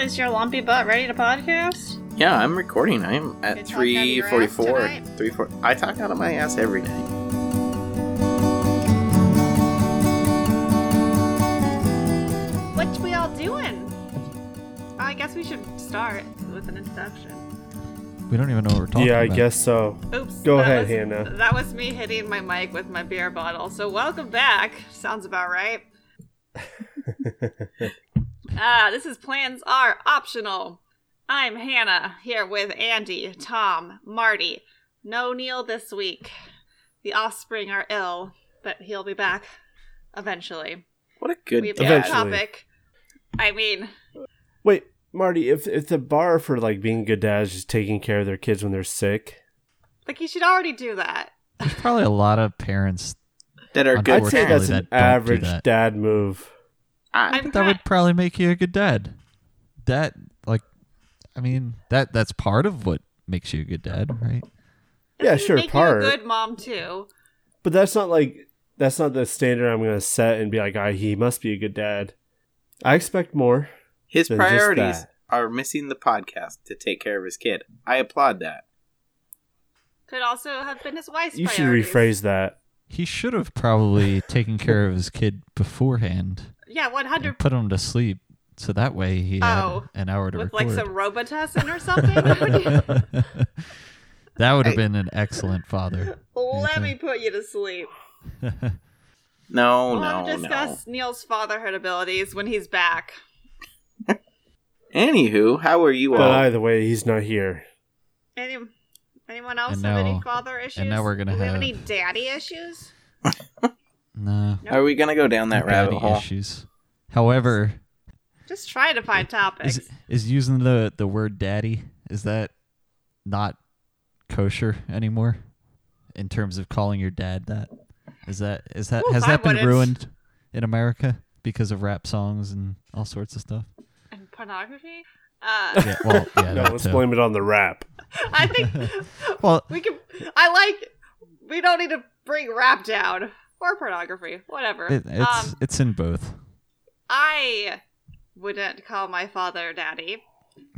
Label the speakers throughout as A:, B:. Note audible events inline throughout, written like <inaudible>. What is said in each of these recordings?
A: is your lumpy butt ready to podcast?
B: Yeah, I'm recording. I am
A: You
B: at
A: talk out of
B: three
A: your ass
B: forty-four.
A: tonight?
B: Three four. I talk out of my ass every night.
A: What we all doing? I guess we should start with an introduction.
C: We don't even know what we're talking
D: yeah,
C: about.
D: I guess so.
A: Oops.
D: Go
A: that
D: ahead,
A: was-
D: Hannah.
A: That was me hitting my mic with my beer bottle. So welcome back. Sounds about
D: <laughs>
A: right. Ah, this is Plans Are Optional. I'm Hannah, here with Andy, Tom, Marty. No Neil this week. The offspring are ill, but he'll be back eventually.
B: What a good
A: we have
B: dad.
A: a
D: Eventually.
A: topic. I mean,
D: Wait, Marty, if if the bar for like being good dads is taking care of their kids when they're sick,
A: like you should already do that.
C: There's probably a lot of parents.
B: that are good.
D: I'd say
C: Unfortunately,
D: that's an
C: that don't do
D: average
C: that.
D: dad move.
B: I,
A: I'm
C: That
A: try-
C: would probably make you a good dad. That, like, I mean, that that's part of what makes you a good dad, right?
D: Yeah,
A: Doesn't
D: sure,
A: make you a
D: part.
A: good mom too.
D: But that's not like that's not the standard I'm gonna set and be like, ah, he must be a good dad. I expect more.
B: his
D: Then just
B: priorities
D: that.
B: are missing the podcast to take care of his kid. I applaud that.
A: Could also have been his wife's.
D: You should
A: priorities.
D: rephrase that.
C: He should have probably taken care of his kid beforehand
A: Yeah, one
C: and
A: hundred
C: put him to sleep, so that way he had
A: Oh,
C: an hour to
A: with
C: record.
A: like some Robitussin or
D: <laughs>
A: something.
C: <laughs> that would have
B: I-
C: been an excellent father.
A: Let me put you to sleep.
B: No,
A: we'll
B: Oh, no,
A: discuss Neil's fatherhood abilities when he's back.
B: no. Anywho, how are you
D: but
B: all?
D: either way, he's not here.
A: Any, anyone else
C: And
A: have any
C: now-
A: father issues?
C: now we're gonna
A: Do we have,
C: have-
A: any daddy issues.
C: no,
B: are we gonna go down that rabbit
C: daddy
B: hole?
C: issues. However,
A: Just trying to find topics.
C: Is is using the the word daddy is that not kosher anymore in terms of calling your dad that? Is that is that
A: Well,
C: has
A: if
C: that
A: I
C: been
A: wouldn't-
C: ruined in America because of rap songs and all sorts of stuff?
A: and pornography. Uh,
C: <laughs> Yeah, well, yeah,
D: No,
C: that
D: let's
C: too.
D: blame it on the rap.
A: I think
C: Well,
A: We can. I like. We don't need to bring rap down or pornography, whatever.
C: it, it's
A: um,
C: it's in both.
A: I wouldn't call my father daddy.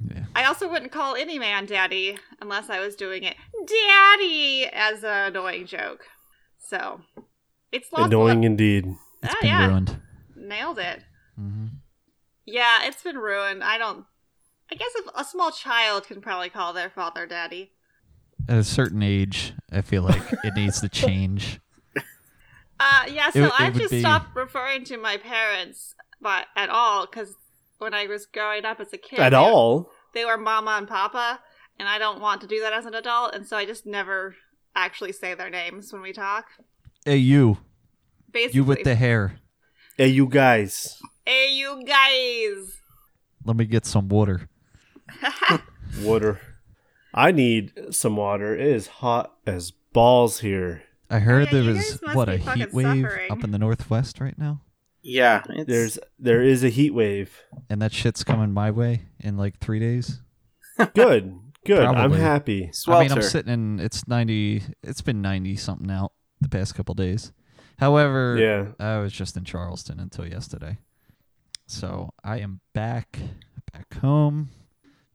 C: Yeah.
A: I also wouldn't call any man daddy unless I was doing it daddy as an annoying joke. So it's lost.
D: Annoying indeed.
C: It's
A: Ah,
C: been
A: yeah.
C: ruined.
A: Nailed it.
C: hmm
A: Yeah, it's been ruined. I don't. I guess if a small child can probably call their father daddy.
C: At a certain age, I feel like it needs
A: <laughs>
C: to change.
A: Uh, yeah, so
C: It- it
A: I
C: would
A: just
C: be-
A: stopped referring to my parents but at all because when I was growing up as a kid,
D: At
A: they-
D: all.
A: they were mama and papa, and I don't want to do that as an adult, and so I just never actually say their names when we talk.
C: Hey, you,
A: Basically,
C: you with the hair.
D: Hey you guys.
A: hey, you guys. <laughs>
C: Let me get some water.
D: Water. I need some water. It is hot as balls here.
C: I heard
A: yeah,
C: there
A: you
C: was
A: guys must
C: what
A: be
C: a
A: fucking
C: heat wave
A: suffering.
C: up in the northwest right now,
B: Yeah, it's-
D: There's there is a heat wave.
C: and that shit's coming my way in like three days. <laughs>
D: Good. Good. I'm
C: Probably.
D: happy.
B: swelter.
C: I mean, I'm sitting in it's ninety. It's been ninety something out the past couple days. However,
D: Yeah.
C: I was just in Charleston until yesterday, so I am back back home.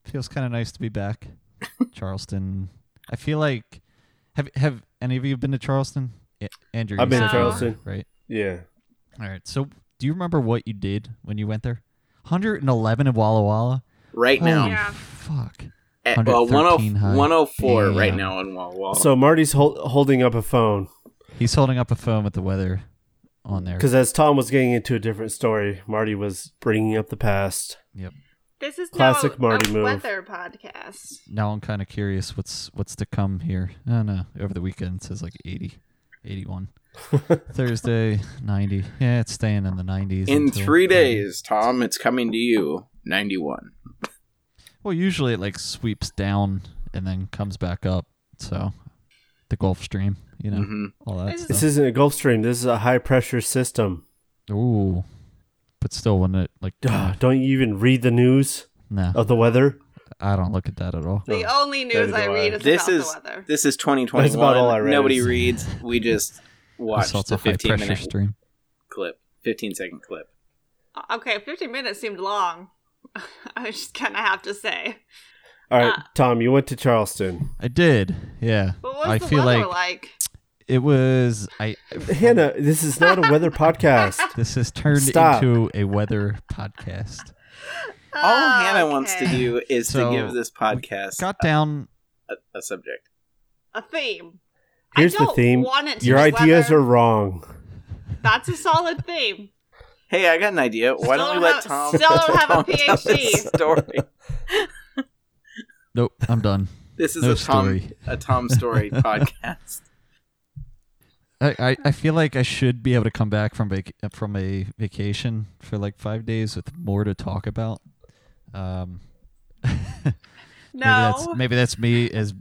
C: Feels kind of nice to
A: <laughs>
C: be back, Charleston. I feel like have have any of you been to Charleston? A- Andrew,
D: I've
C: you
D: been
A: to
C: said you were,
D: Charleston.
C: right?
D: Yeah.
C: All right. So, do you remember what you did when you went there? 111 in Walla Walla.
B: right now,
C: Holy
A: Yeah.
C: fuck.
B: at, well, oh,
C: 113 high.
B: 104 right
C: Damn.
B: now in Walla Walla.
D: So Marty's hol- holding up a phone
C: He's holding up a phone with the weather on there.
D: because as Tom was getting into a different story, Marty was bringing up the past.
C: Yep.
A: This is
D: Classic
A: now a-
D: Marty
A: a
D: move.
A: weather podcast.
C: Now I'm kind of curious what's what's to come here. No, no. Over the weekend it says like 80,
B: <laughs>
C: 81. Thursday 90. Yeah, it's staying in the 90s.
B: in
C: until
B: three
C: Friday.
B: days, Tom, it's coming to you. 91.
C: Well, usually it like sweeps down and then comes back up. So, the Gulf Stream, you know,
B: Mhm.
C: all that.
A: This
C: stuff.
D: This isn't a Gulf Stream. This is a high pressure system. <sighs>
C: Ooh. But still, when it like
D: Duh, don't you even read the news
B: Oh,
C: no,
D: of the weather?
C: I don't look at that at all.
D: No,
A: the only news
D: Oh, neither
A: I
D: do
A: read
D: I.
A: is
B: This
A: about
B: is-
A: the weather.
B: This is 2021.
D: That's about all I read.
B: Nobody reads. We just watch
C: Assault's
B: the
C: a high
B: 15
C: pressure
B: minute
C: stream.
B: clip, 15 second clip.
A: Okay, 15 minutes seemed long. <laughs> I was just gonna have to say.
D: All right, Tom, you went to Charleston.
C: I did. Yeah.
A: But what's
C: I
A: the
C: feel
A: weather
C: like
A: like?
C: it was. I
D: Hannah, this is not a weather podcast.
C: This has turned
D: Stop.
C: into a weather podcast.
B: All
A: Oh,
B: Hannah wants to
A: okay.
B: do is
C: So,
B: to give this podcast
C: Got down.
B: a, a subject.
A: a theme.
D: Here's
A: I
D: the
A: don't
D: theme.
A: Want it to
D: Your
A: be
D: ideas
A: weather.
D: are wrong.
A: That's a solid theme.
B: Hey, I got an idea. Why
A: Still
B: don't we
A: don't
B: let
A: have-
B: Tom
A: still don't have a
B: Tom <laughs> tell this
A: PhD.
B: story?
C: Nope. I'm done.
B: This is
C: No
B: a Tom
C: story.
B: a Tom
C: <laughs>
B: story podcast.
C: I, I, I feel like I should be able to come back from vac- from a vacation for like five days with more to talk about. Um, <laughs> <laughs> maybe that's
A: No.
C: maybe that's me as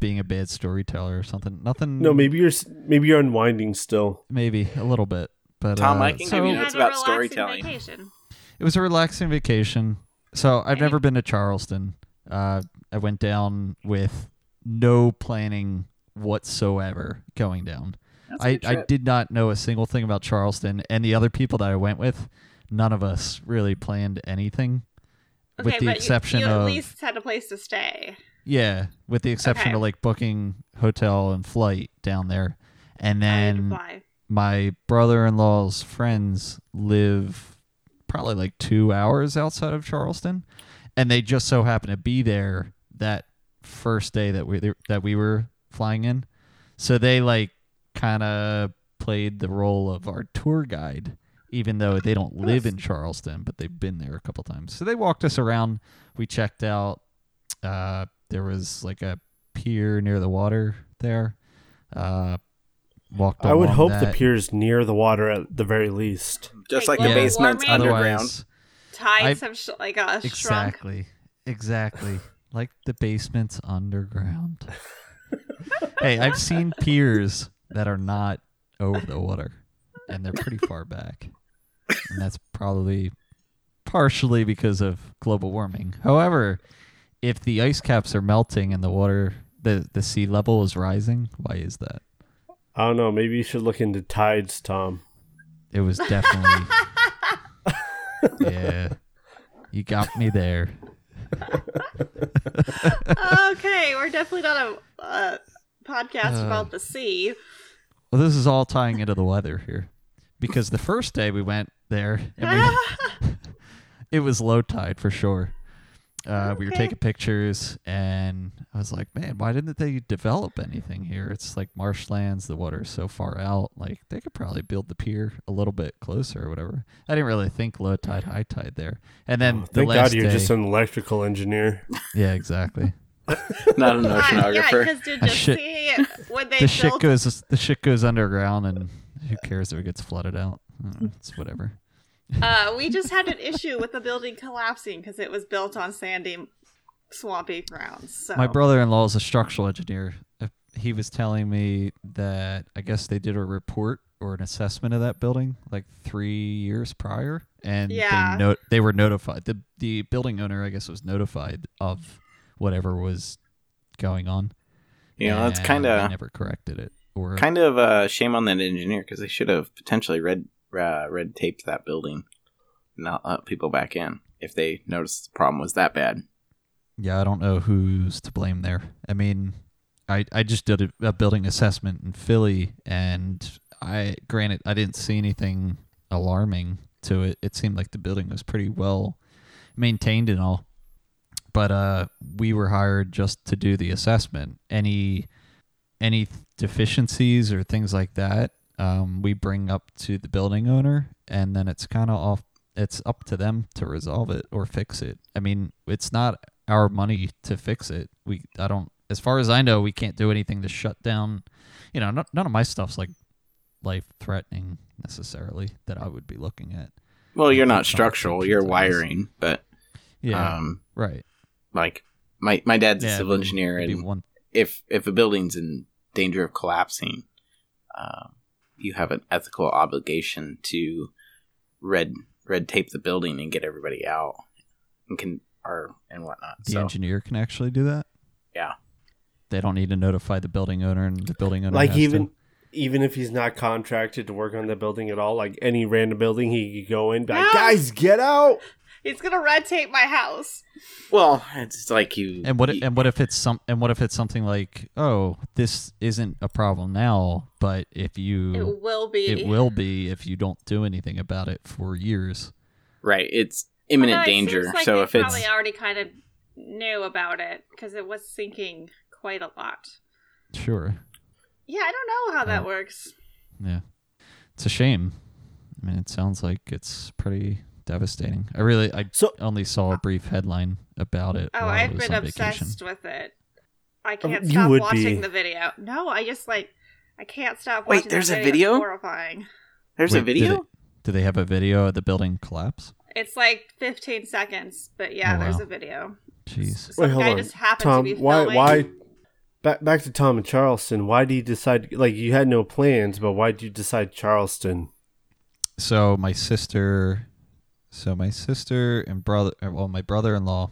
C: being a bad storyteller or something. Nothing.
D: No, maybe you're s- maybe you're unwinding still.
C: maybe a little bit. But
B: Tom,
C: uh,
B: I can
C: so
B: give you
A: You
B: know,
A: had
B: it's
A: a
B: about
A: relaxing
B: storytelling.
A: vacation.
C: it was a relaxing vacation. So I've
A: Okay.
C: never been to Charleston. Uh, I went down with no planning whatsoever going down.
B: That's a
C: I,
B: good
C: I
B: trip.
C: did not know a single thing about Charleston and the other people that I went with. None of us really planned anything,
A: Okay,
C: with the
A: but
C: exception
A: you, you
C: of
A: at least had a place to stay.
C: yeah, with the exception
A: Okay.
C: of like booking hotel and flight down there, and
A: I had to
C: then
A: fly.
C: my brother-in-law's friends live probably like two hours outside of Charleston, and they just so happened to be there that first day that we that we were flying in. So they like kind of played the role of our tour guide, even though they don't live in Charleston, but they've been there a couple times. So they walked us around. We checked out. Uh, there was like a pier near the water there. Uh, walked.
D: I would
C: along
D: hope the
C: that.
D: pier's near the water at the very least.
B: Just
A: Like
B: like,
C: global
B: the basement's
A: warming?
B: underground.
C: Otherwise,
A: Tides
C: I-
A: have sh- like uh, shrunk.
C: exactly, exactly, like the basement's underground. hey, I've seen piers that are not over the water, and they're pretty far back, and that's probably partially because of global warming. However, if the ice caps are melting and the water, the the sea level is rising, why is that?
D: I don't know. Maybe you should look into tides, Tom.
C: It was definitely. yeah. You got me there.
A: <laughs> okay, we're definitely not a uh, podcast
C: Uh.
A: about the sea.
C: Well, this is all tying into the weather here. Because the first day we went there,
A: <laughs>
C: and we, it was low tide for sure. Uh, We were
A: Okay.
C: taking pictures, and I was like, man, why didn't they develop anything here? It's like marshlands, the water's so far out. Like, they could probably build the pier a little bit closer or whatever. I didn't really think low tide, high tide there. And then the
D: Oh, Thank
C: last
D: God you're
C: day,
D: just an electrical engineer.
C: <laughs> Yeah, exactly.
B: Not an
A: Uh, yeah,
B: oceanographer.
A: because did
C: I
A: you
C: shit-
A: see when they
C: the shit
A: built
C: goes the shit goes underground and who cares if it gets flooded out Mm, it's whatever
A: Uh, we just had an issue with the building collapsing because it was built on sandy, swampy grounds. So
C: my brother-in-law is a structural engineer Uh, he was telling me that i guess they did a report or an assessment of that building like three years prior and
A: Yeah.
C: they, no- they were notified the, the building owner i guess was notified of whatever was going on
B: you know, that's
C: and
B: kind
C: they
B: of
C: never corrected it or
B: kind of uh, shame on that engineer because they should have potentially red uh, red taped that building, not let people back in if they noticed the problem was that bad.
C: Yeah, I don't know who's to blame there. I mean, I I just did a, a building assessment in Philly, and I granted I didn't see anything alarming to it. It seemed like the building was pretty well maintained and all, but uh, we were hired just to do the assessment. Any any deficiencies or things like that, um, we bring up to the building owner, and then it's kind of off. It's up to them to resolve it or fix it. I mean, it's not our money to fix it. We, I don't, as far as I know, we can't do anything to shut down. You know, no, none of my stuff's like life threatening necessarily that I would be looking at.
B: Well, you're
C: Not
B: not structural; you're
C: functions, I guess.
B: wiring. But
C: Yeah,
B: um,
C: right.
B: like my my dad's a
C: Yeah,
B: civil
C: it'd be-
B: engineer,
C: it'd be
B: and
C: one
B: if if a building's in danger of collapsing, uh, you have an ethical obligation to red red tape the building and get everybody out and can or and whatnot.
C: the
B: so
C: engineer can actually do that.
B: Yeah.
C: They don't need to notify the building owner, and the building owner
D: like
C: has to-
D: even even if he's not contracted to work on the building at all, like any random building, he could go in, be like,
A: No.
D: guys, get out.
A: He's gonna red tape my house.
B: Well, it's like you.
C: And what?
B: you-
C: And what if it's some? And what if it's something like, oh, this isn't a problem now, but if you,
A: It will be.
C: Mm. it will be if you don't do anything about it for years.
B: right? It's
A: Although
B: imminent
A: it seems
B: danger.
A: like
B: so
A: they
B: if it's
A: probably already kind of knew about it because it was sinking quite a lot.
C: Sure.
A: Yeah, I don't know how that
C: Uh,
A: works.
C: Yeah. It's a shame. I mean, it sounds like it's pretty devastating. I really, I
D: So
C: only saw a brief headline about it.
A: Oh,
C: while I
A: I've
C: was
A: been
C: on vacation.
A: obsessed with it. I can't
D: Oh, you
A: stop
D: would
A: watching
D: be.
A: the video. No, I just like I can't stop.
B: Wait,
A: watching the
B: there's a
A: It's
B: video?
A: horrifying.
B: there's a
C: Wait, did
B: video,
C: it- Do they have a video of the building collapse?
A: It's like 15 seconds, but yeah,
C: Oh,
A: there's
C: wow.
A: a video.
C: Jeez.
A: Some
D: Wait, hold
A: guy
D: on.
A: just happened
D: Tom,
A: to be
D: why
A: filming.
D: why back back to Tom and Charleston, why do you decide like you had no plans, but why did you decide Charleston?
C: so my sister so my sister and brother uh, well my brother-in-law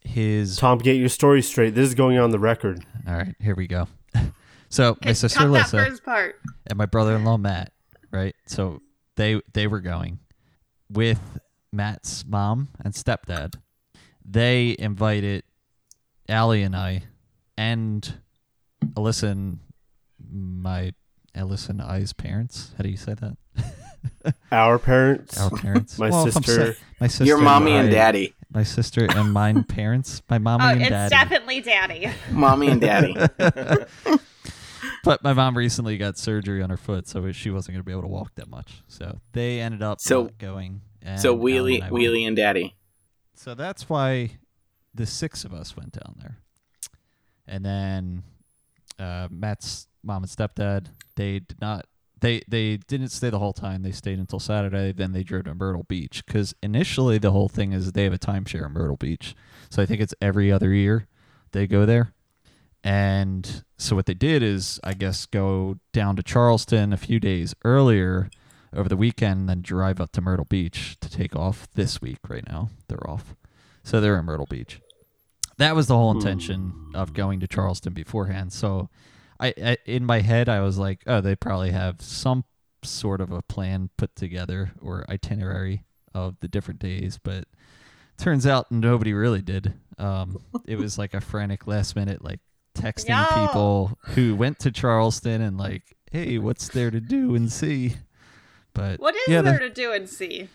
C: his
D: Tom, get your story straight. This is going on the record.
C: all right here we go <laughs> so my
A: Okay,
C: sister
A: cut that
C: Alyssa
A: first part.
C: and my brother-in-law Matt right so they they were going with Matt's mom and stepdad they invited Allie and I and Alyssa and my Alyssa and I's parents how do you say that
D: Our parents. <laughs>
C: our parents
D: My
C: Well, if I'm
D: sister-
C: sa- my sister
B: your mommy and
C: I-
B: daddy,
C: my sister and mine parents, my mommy
A: Oh,
C: and
A: it's
C: daddy.
A: definitely daddy.
C: <laughs>
B: mommy and daddy.
C: But my mom recently got surgery on her foot, so she wasn't going to be able to walk that much. So they ended up
B: So-
C: not going. And
B: so
C: Alan
B: wheelie,
C: and I went.
B: wheelie and daddy.
C: So that's why the six of us went down there, and then uh, Matt's mom and stepdad they did not they they didn't stay the whole time. They stayed until Saturday. Then they drove to Myrtle Beach because initially the whole thing is they have a timeshare in Myrtle Beach, so I think it's every other year they go there. And so what they did is, I guess, go down to Charleston a few days earlier over the weekend, and then drive up to Myrtle Beach to take off this week. Right now, they're off, so they're in Myrtle Beach. That was the whole intention of going to Charleston beforehand. So, I, I in my head, I was like, oh, they probably have some sort of a plan put together or itinerary of the different days, but turns out nobody really did. Um, it was like a frantic last minute, like texting
A: No.
C: people who went to Charleston and like, hey, what's there to do and see? But
A: What is
C: yeah, the-
A: there to do and see?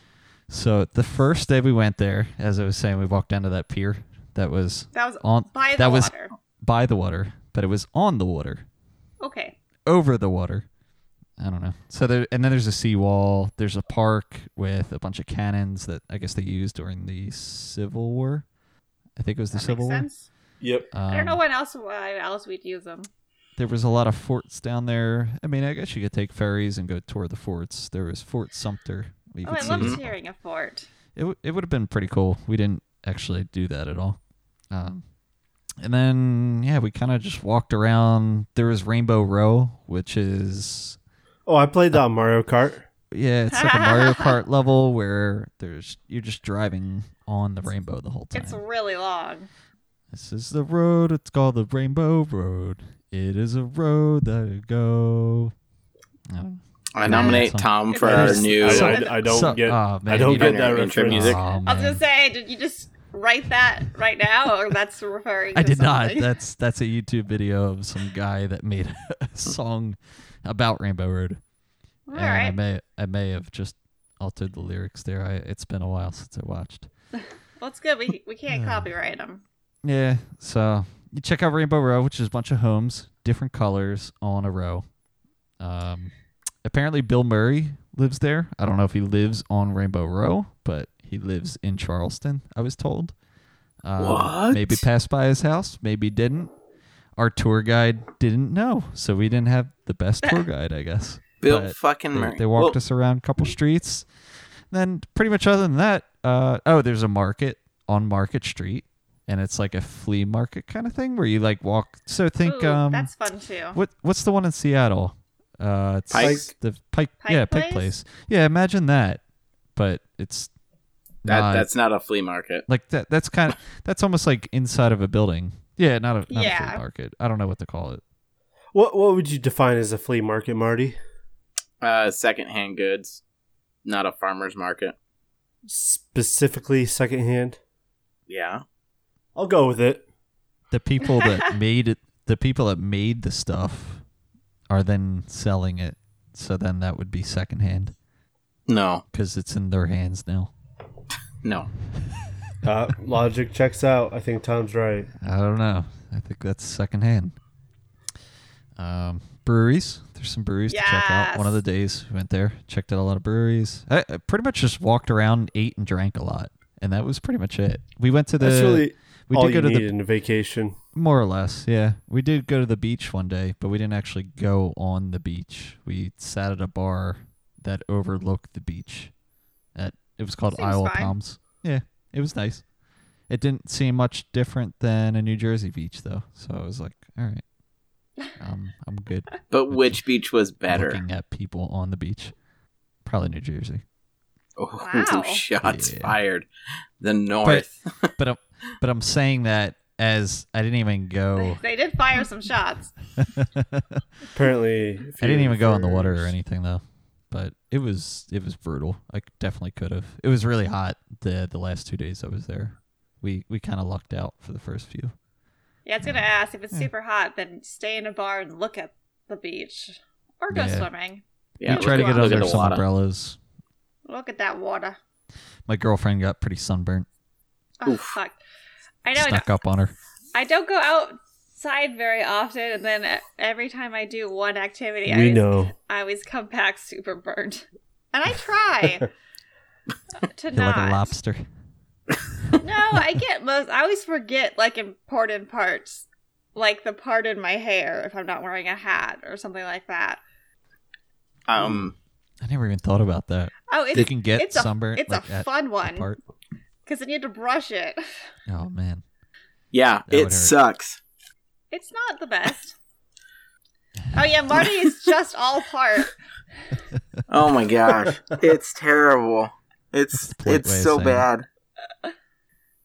C: so the first day we went there, as I was saying, we walked down to that pier that was
A: That was
C: on
A: by the
C: that was
A: water.
C: by the water, but it was on the water
A: Okay.
C: over the water. I don't know. So there, and then there's a seawall. There's a park with a bunch of cannons that I guess they used during the Civil War. I think it was the
A: That
C: Civil
A: makes sense.
D: Yep.
C: War.
A: I don't know
C: Um,
A: when else why else we'd use them.
C: There was a lot of forts down there. I mean, I guess you could take ferries and go tour the forts. There was Fort Sumter. where you
A: Oh,
C: could
A: I
C: see-
A: love hearing a fort.
C: it, w- it would have been pretty cool. We didn't actually do that at all. Um, and then, yeah, we kind of just walked around. There was Rainbow Row, which is
D: Oh, I played that on Mario Kart.
C: Yeah, it's like a Mario
A: <laughs>
C: Kart level where there's you're just driving on the rainbow the whole time.
A: It's really long.
C: this is the road. It's called the Rainbow Road. It is a road that you go. No.
B: I nominate
C: Awesome.
B: Tom for
A: I
B: our
A: just-
B: new.
D: I, I- I don't
C: So-
D: get
C: oh, man,
D: I don't
C: you
D: get
B: don't
D: that
B: get intro
D: reference.
B: music?
C: Oh,
A: I was gonna
C: man.
A: say, did you just write that right now, or that's <laughs> referring? To
C: I did not.
A: something?
C: That's that's a YouTube video of some guy that made <laughs> a song about Rainbow Road.
A: All
C: and I
A: right.
C: may I may have just altered the lyrics there. I, it's been a while since I watched.
A: Well, it's good. We we can't
C: Yeah.
A: copyright them.
C: Yeah. So you check out Rainbow Row, which is a bunch of homes, different colors on a row. Um, apparently Bill Murray lives there. I don't know if he lives on Rainbow Row, but he lives in Charleston. I was told. Um,
B: What?
C: Maybe passed by his house. Maybe didn't. Our tour guide didn't know, so we didn't have the best
B: <laughs>
C: tour guide, I guess.
B: Bill
C: But
B: fucking
C: They,
B: Murray.
C: they walked
B: Well,
C: us around a couple streets. Then, pretty much other than that, uh, oh, there's a market on Market Street, and it's like a flea market kind of thing where you like walk. So think,
A: Ooh,
C: um,
A: that's fun too.
C: what what's the one in Seattle? Uh, it's
B: Pike's?
C: the Pike,
A: Pike
C: yeah, Pike
A: Place?
C: Place. Yeah, imagine that, but it's
B: that,
C: not
B: that's not a flea market.
C: like that. That's kind of that's almost like inside of a building. Yeah, not a not a
A: Yeah.
C: flea market. I don't know what to call it.
D: what what would you define as a flea market, Marty?
B: Uh, secondhand goods, not a farmer's market.
D: specifically secondhand.
B: Yeah.
D: I'll go with it.
C: The people that made it, the people that made the stuff, are then selling it. So then that would be secondhand
B: No,
C: because it's in their hands now.
B: no.
D: Uh, logic checks out. I think Tom's right.
C: I don't know. I think that's secondhand. Um, breweries. There's some breweries to check out. One of the
A: Yes.
C: days we went there, checked out a lot of breweries. I, I pretty much just walked around, ate and drank a lot, and that was pretty much it. We went to the.
D: That's really
C: we
D: all
C: did
D: you
C: go to
D: need
C: the
D: in a vacation.
C: more or less, yeah. We did go to the beach one day, but we didn't actually go on the beach. We sat at a bar that overlooked the beach. At it was called
A: Seems
C: Isle of
A: fine.
C: Palms. Yeah, it was nice. It didn't seem much different than a New Jersey beach, though. So I was like, all right,
A: <laughs>
C: um, I'm good.
B: But which beach was better?
C: Looking at people on the beach, probably New Jersey.
B: <laughs> Oh,
A: Wow.
B: shots
C: Yeah.
B: fired. The north.
C: But I'm, but I'm saying that as I didn't even
A: <laughs>
C: go. <laughs>
A: They did fire some shots.
D: Apparently, if
C: I didn't
D: you
C: even go in the water or
D: first-
C: anything though, but it was it was brutal. I c- definitely could have. It was really hot the the last two days I was there. We we kind of lucked out for the first few.
A: Yeah, it's gonna ask if it's
C: Yeah.
A: super hot, then stay in a bar and look at the beach or go
C: Yeah.
A: swimming.
B: yeah,
C: we tried to
B: look
C: get
B: at- look
C: under
B: at the
C: some
B: water.
C: umbrellas.
A: Look at that water.
C: My girlfriend got pretty sunburnt.
A: Oh
B: Oof.
A: fuck! I know. I know.
C: Stuck
A: <laughs>
C: up on her.
A: I don't go outside very often, and then e- every time I do one activity, I
D: We
A: always,
D: know.
A: I always come back super burned, and I try to
C: <laughs> You're
A: not.
C: like a lobster.
A: no, I get most. I always forget like important parts, like the part in my hair if I'm not wearing a hat or something like that.
B: Um,
C: I never even thought about that.
A: Oh, it's
C: they can get
A: it's a
C: sunburnt.
A: it's
C: like,
A: a
C: at
A: fun
C: the
A: one
C: part.
A: because then you have to brush it.
C: Oh man,
B: yeah,
C: That would
B: it
C: hurt.
B: sucks.
A: It's not the best.
C: <laughs>
A: Oh yeah, Marty is just all part.
B: Oh my
C: <laughs>
B: gosh, it's terrible. It's
C: That's a polite way
B: it's
C: of
B: so
C: saying it.
B: bad.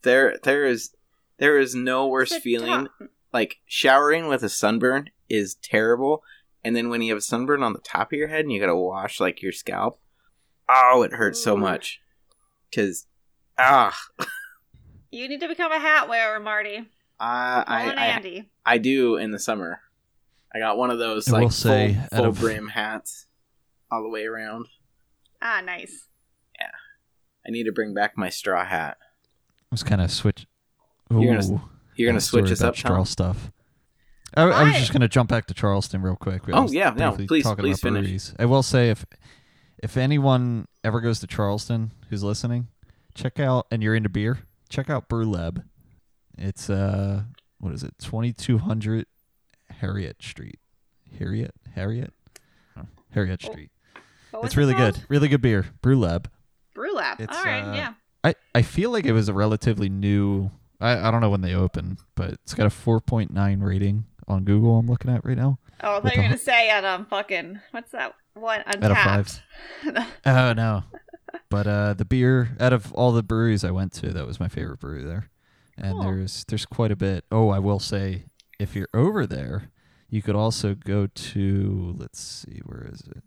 B: There there is there is no worse
A: Sit
B: feeling.
A: down.
B: Like showering with a sunburn is terrible, and then when you have a sunburn on the top of your head and you gotta wash like your scalp, oh, it hurts so
A: Ooh.
B: much. Cause ah,
A: You need to become a hat wearer, Marty.
B: I
A: I,
B: I, I
A: Andy.
B: I do in the summer. I got one of those
C: I will
B: like
C: say, out
B: full, full
C: of-
B: brim hats all the way around.
A: Ah, nice.
B: I need to bring back my straw hat.
C: I was kind of switch.
B: You're gonna-
C: Ooh.
B: You're gonna
C: that story
B: switch us
C: about
B: up,
C: Straw
B: Tom?
C: stuff. I, I was
A: Why?
C: just gonna jump back to Charleston real quick. I
B: Oh,
C: was
B: yeah, no,
C: briefly
B: please-
C: talking
B: please
C: about
B: finish.
C: breweries. I will say if if anyone ever goes to Charleston who's listening, check out and you're into beer, check out Brew Lab. It's uh what is it twenty two hundred Harriet Street, Harriet Harriet Huh, Harriet
A: Oh,
C: Street.
A: What was
C: it's
A: it
C: really
A: called?
C: good, really good beer. Brew Lab.
A: Brew lab.
C: It's,
A: All right,
C: uh,
A: yeah.
C: I, I feel like it was a relatively new. I, I don't know when they opened, but it's got a 4.9 rating on Google. I'm looking at right now.
A: Oh, I
C: with
A: thought you were
C: the-
A: gonna say at um fucking what's that one
C: of
A: untapped.
C: Oh no, <laughs> but uh, the beer out of all the breweries I went to, that was my favorite brewery there. And
A: Cool.
C: there's there's quite a bit. Oh, I will say, if you're over there, you could also go to let's see, where is it?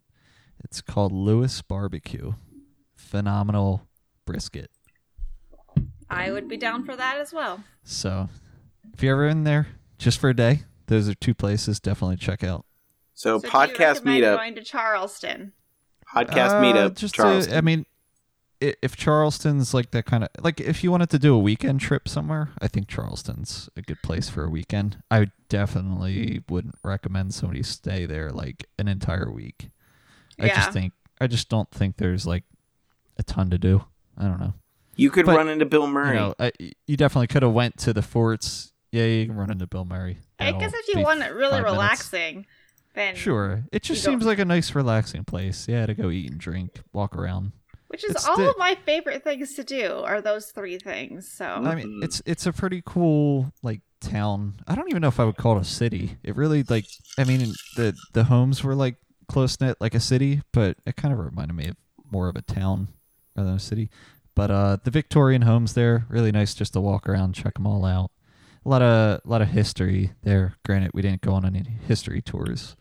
C: It's called Lewis Barbecue. Phenomenal brisket.
A: <laughs> I would be down for that as well.
C: So, if you're ever in there just for a day, those are two places definitely check out.
B: So,
A: do you
B: podcast
A: recommend
B: meetup,
A: Going to Charleston.
B: podcast
C: Uh,
B: meetup,
C: Just
B: Charleston.
C: To, I mean, i- if Charleston's like that kind of like if you wanted to do a weekend trip somewhere, I think Charleston's a good place for a weekend. I definitely wouldn't recommend somebody stay there like an entire week. I
A: Yeah.
C: just think I just don't think there's like a ton to do. I don't know.
B: you could
C: but,
B: run into Bill
C: You,
B: Murray.
C: know, I, you definitely could have went to the forts. Yeah, you can run into Bill Murray.
A: I guess
C: That'll
A: if you
C: be
A: want it really
C: five minutes.
A: relaxing, then
C: Sure. It just
A: don't-
C: seems like a nice relaxing place. Yeah, to go eat and drink, walk around.
A: which is
C: It's
A: all
C: the-
A: of my favorite things to do are those three things. So
C: I mean, it's it's a pretty cool like town. I don't even know if I would call it a city. It really like I mean the the homes were like close knit like a city, but it kind of reminded me of more of a town rather than a city. But uh, the Victorian homes there really nice just to walk around, check them all out. A lot of lot of history there. Granted, we didn't go on any history tours,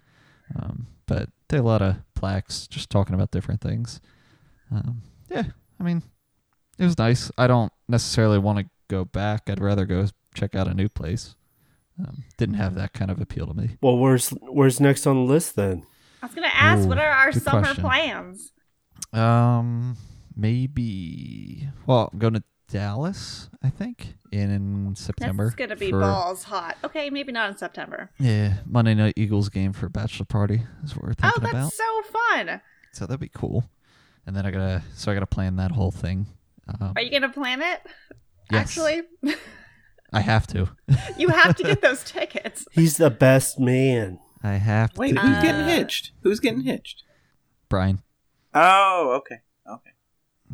C: um, but there are a lot of plaques just talking about different things. Um, yeah, I mean, It was nice. I don't necessarily want to go back. I'd rather go check out a new place. Um, didn't have that kind of appeal to me.
D: Well, where's where's next on the list then?
A: I was gonna ask,
C: Ooh,
A: what are our
C: good
A: summer
C: question.
A: plans?
C: Um, maybe. Well, I'm going to Dallas. I think in, September.
A: That's gonna be
C: for-
A: balls hot. Okay, maybe not in September.
C: Yeah, Monday Night Eagles game for bachelor party is what we're
A: Oh,
C: thinking
A: that's
C: about.
A: so fun.
C: So that'd be cool. And then I gotta, so I gotta plan that whole thing. Um,
A: Are you gonna plan it?
C: yes,
A: Actually,
C: I have to.
A: you have to get those
C: <laughs>
A: tickets.
D: He's the best man.
C: I have
B: Wait,
C: to.
B: who's
A: Uh,
B: getting hitched? Who's getting hitched?
C: Brian.
B: Oh, okay.
C: <laughs>
B: Okay.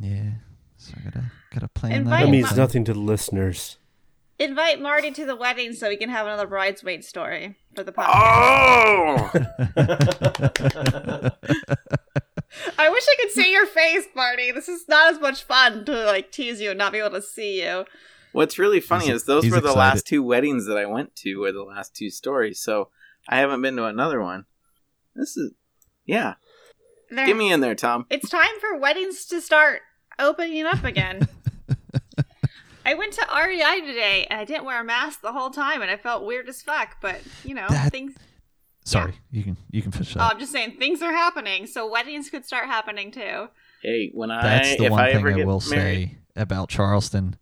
C: Yeah. So I gotta gotta plan that.
A: Invite
D: That
C: out
A: Hey,
D: means
A: Mom.
C: then.
D: nothing to the listeners.
A: Invite Marty to the wedding so we can have another bridesmaid story for the
C: Ah.
A: podcast.
B: Oh!
A: I wish I could see your face, Marty. This is not as much fun to like tease you and not be able to see you.
B: What's really funny
C: He's-
B: is those
C: he's
B: were the
C: excited.
B: last two weddings that I went to, were the last two stories. So I haven't been to another one. This is, yeah.
A: There-
B: Get me in there, Tom.
A: It's time for weddings to start opening up
C: <laughs>
A: again. I went to REI today and I didn't wear a mask the whole time and I felt weird as fuck, but you know,
C: That-
A: things
C: Sorry, you can you can fish
A: oh,
C: that.
A: I'm just saying things are happening, so weddings could start happening too.
B: Hey, when I
C: That's the
B: if
C: one
B: I
C: thing
B: ever
C: I
B: get
C: will
B: married,
C: say about Charleston.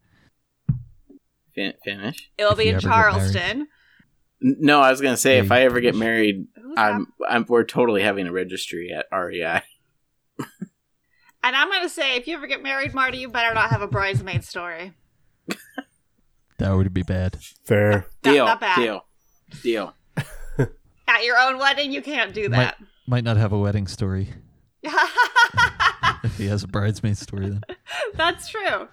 B: fin- finish.
A: It'll
C: If
A: be
C: you
A: in
C: ever get married.
A: Charleston.
B: N- No, I was gonna say
C: Yeah,
B: if
C: you
B: I
C: can
B: ever get
C: finish.
B: married,
A: Who's hap-
B: I'm, I'm we're totally having a registry at E REI.
A: and I'm gonna say if you ever get married, Marty, you better not have a bridesmaid story.
C: That would be bad.
D: Fair.
A: Not-
B: Deal,
A: not bad.
B: deal, deal.
A: At your own wedding, you can't do
C: Might-
A: that.
C: Might not have a wedding story if he has a bridesmaid story. Then
A: <laughs> That's true.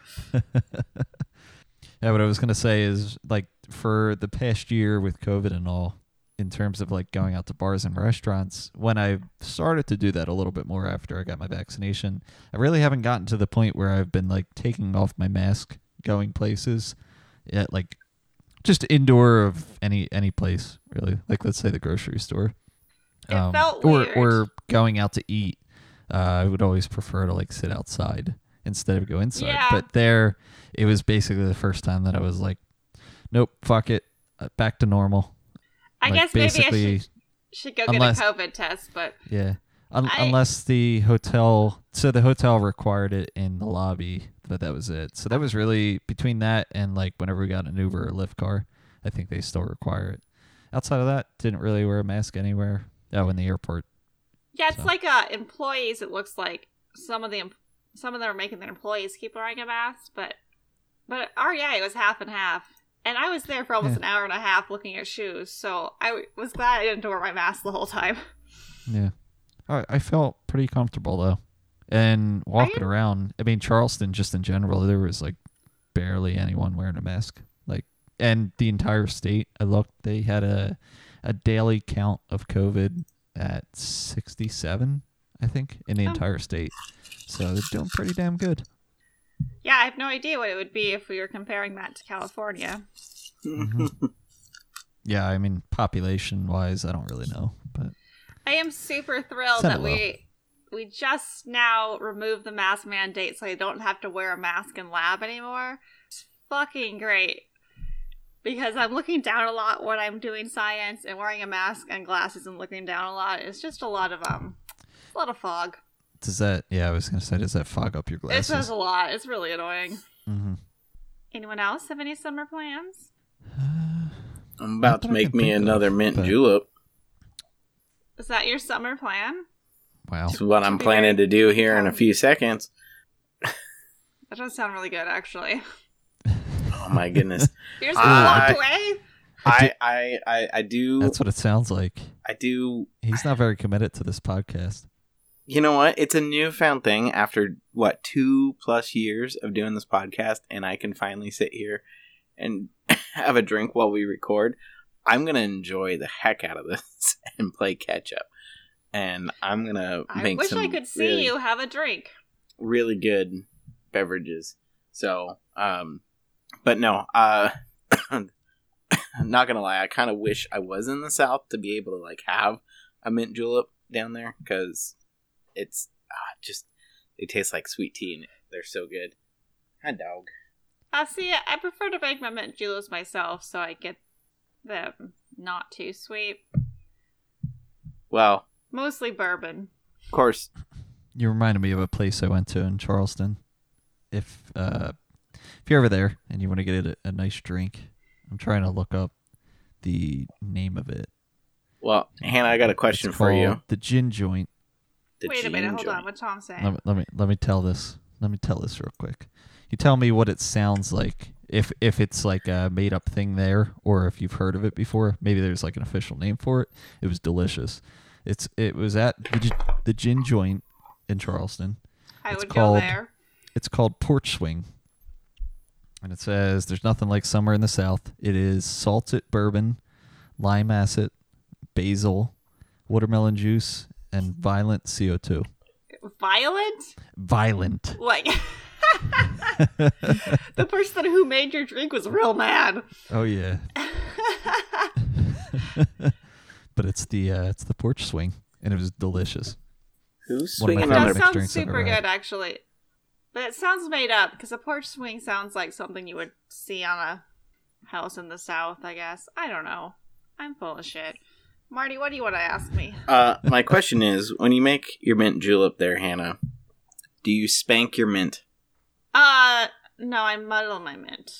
C: yeah, what I was gonna say is like for the past year with COVID and all, in terms of like going out to bars and restaurants, when I started to do that a little bit more after I got my vaccination, I really haven't gotten to the point where I've been like taking off my mask going places at like just indoor of any any place really like let's say the grocery store Um,
A: It felt
C: or
A: weird.
C: or going out to eat uh, i would always prefer to like sit outside instead of go inside
A: Yeah.
C: but there it was basically the first time that i was like nope fuck it uh, back to normal
A: I
C: Like,
A: guess maybe I should should go get
C: unless-
A: a COVID test, but
C: yeah. Un-
A: I-
C: unless the hotel, so the hotel required it in the lobby, but that was it. So that was really between that and like whenever we got an Uber or Lyft car, I think they still require it. Outside of that, didn't really wear a mask anywhere. Oh, in the airport.
A: Yeah, it's
C: So-
A: like uh, employees. It looks like some of the em- some of them are making their employees keep wearing a mask, but but REI it was half and half. And I was there for almost
C: Yeah.
A: an hour and a half looking at shoes, so I w- was glad I didn't wear my mask the whole time. <laughs>
C: Yeah. I, I felt pretty comfortable though. And walking
A: you-
C: around, I mean, Charleston just in general, there was like barely anyone wearing a mask. Like, and the entire state, I looked, they had a, a daily count of COVID at 67, I think, in the
A: Oh.
C: entire state. So they're doing pretty damn good.
A: Yeah, I have no idea what it would be if we were comparing that to California.
C: <laughs> Yeah. I mean, population wise, I don't really know, but
A: I am super thrilled
C: Said it
A: that we we just now removed the mask mandate, so I don't have to wear a mask in lab anymore. It's fucking great because I'm looking down a lot when I'm doing science and wearing a mask and glasses and looking down a lot. It's just a lot of um, a lot of fog.
C: does that, yeah, I was going to say, does that fog up your
A: It says
C: glasses?
A: a lot. It's really annoying.
C: mm-hmm. <sighs>
A: Anyone else have any summer plans?
B: I'm about to
C: that I
B: make
C: can
B: me
C: think of,
B: another mint
C: but-
B: julep.
A: Is that your summer plan?
C: Wow.
B: Is what I'm
A: Be
B: planning to
A: very-
B: do here in a few seconds.
A: That does sound really good, actually.
B: Oh my goodness.
A: You're just
B: Uh, I-
A: gonna walk away.
B: I I I, I do
C: That's what it sounds like.
B: I do.
C: He's not very committed to this podcast.
B: You know what? It's a newfound thing after what two plus years of doing this podcast, and I can finally sit here and <laughs> have a drink while we record. I'm gonna enjoy the heck out of this <laughs> and play catch up, and I'm gonna
A: I
B: make
A: wish
B: some
A: I could see
B: really,
A: you have a drink.
B: really good beverages. So, um, but no, uh, <coughs> I'm not gonna lie. I kind of wish I was in the South to be able to like have a mint julep down there ah, because it's uh, just they taste like sweet tea and they're so good. Hi, dog.
A: Uh, see, I prefer to bake my mint juleps myself, so I get them not too sweet.
B: Well,
A: Mostly bourbon.
B: of course,
C: You reminded me of a place I went to in Charleston. If uh, if you're ever there and you want to get a, a nice drink, I'm trying to look up the name of it.
B: well, Hannah, I got a question
C: It's
B: for you.
C: called The gin joint.
B: The
A: Wait a minute,
B: gin
A: hold
B: joint.
A: on. What's Tom saying?
C: Let me, let me let me tell this. Let me tell this real quick. You tell me what it sounds like. If if it's like a made up thing there, or if you've heard of it before, maybe there's like an official name for it. It was delicious. It's it was at the, Gi- the gin joint in Charleston.
A: I
C: it's
A: would
C: called-
A: go there.
C: It's called Porch Swing. And it says there's nothing like summer in the South. It is salted bourbon, lime acid, basil, watermelon juice, and violent CO2.
A: Violent?
C: Violent. <laughs>
A: Like, <laughs> the person who made your drink was real mad.
C: Oh yeah. <laughs> but it's the uh, it's the porch swing, and it was delicious.
B: Who's
C: One of my
A: That
B: swinging on
C: favorite
B: their?
C: mixed
A: sounds
C: drinks I've
A: super
C: ever had.
A: good, actually. But it sounds made up because a porch swing sounds like something you would see on a house in the South, I guess. I don't know. I'm full of shit. Marty, what do you want to ask me?
B: <laughs> Uh, my question is, when you make your mint julep, there, Hannah, do you spank your mint?
A: Uh, no, I muddle my mint.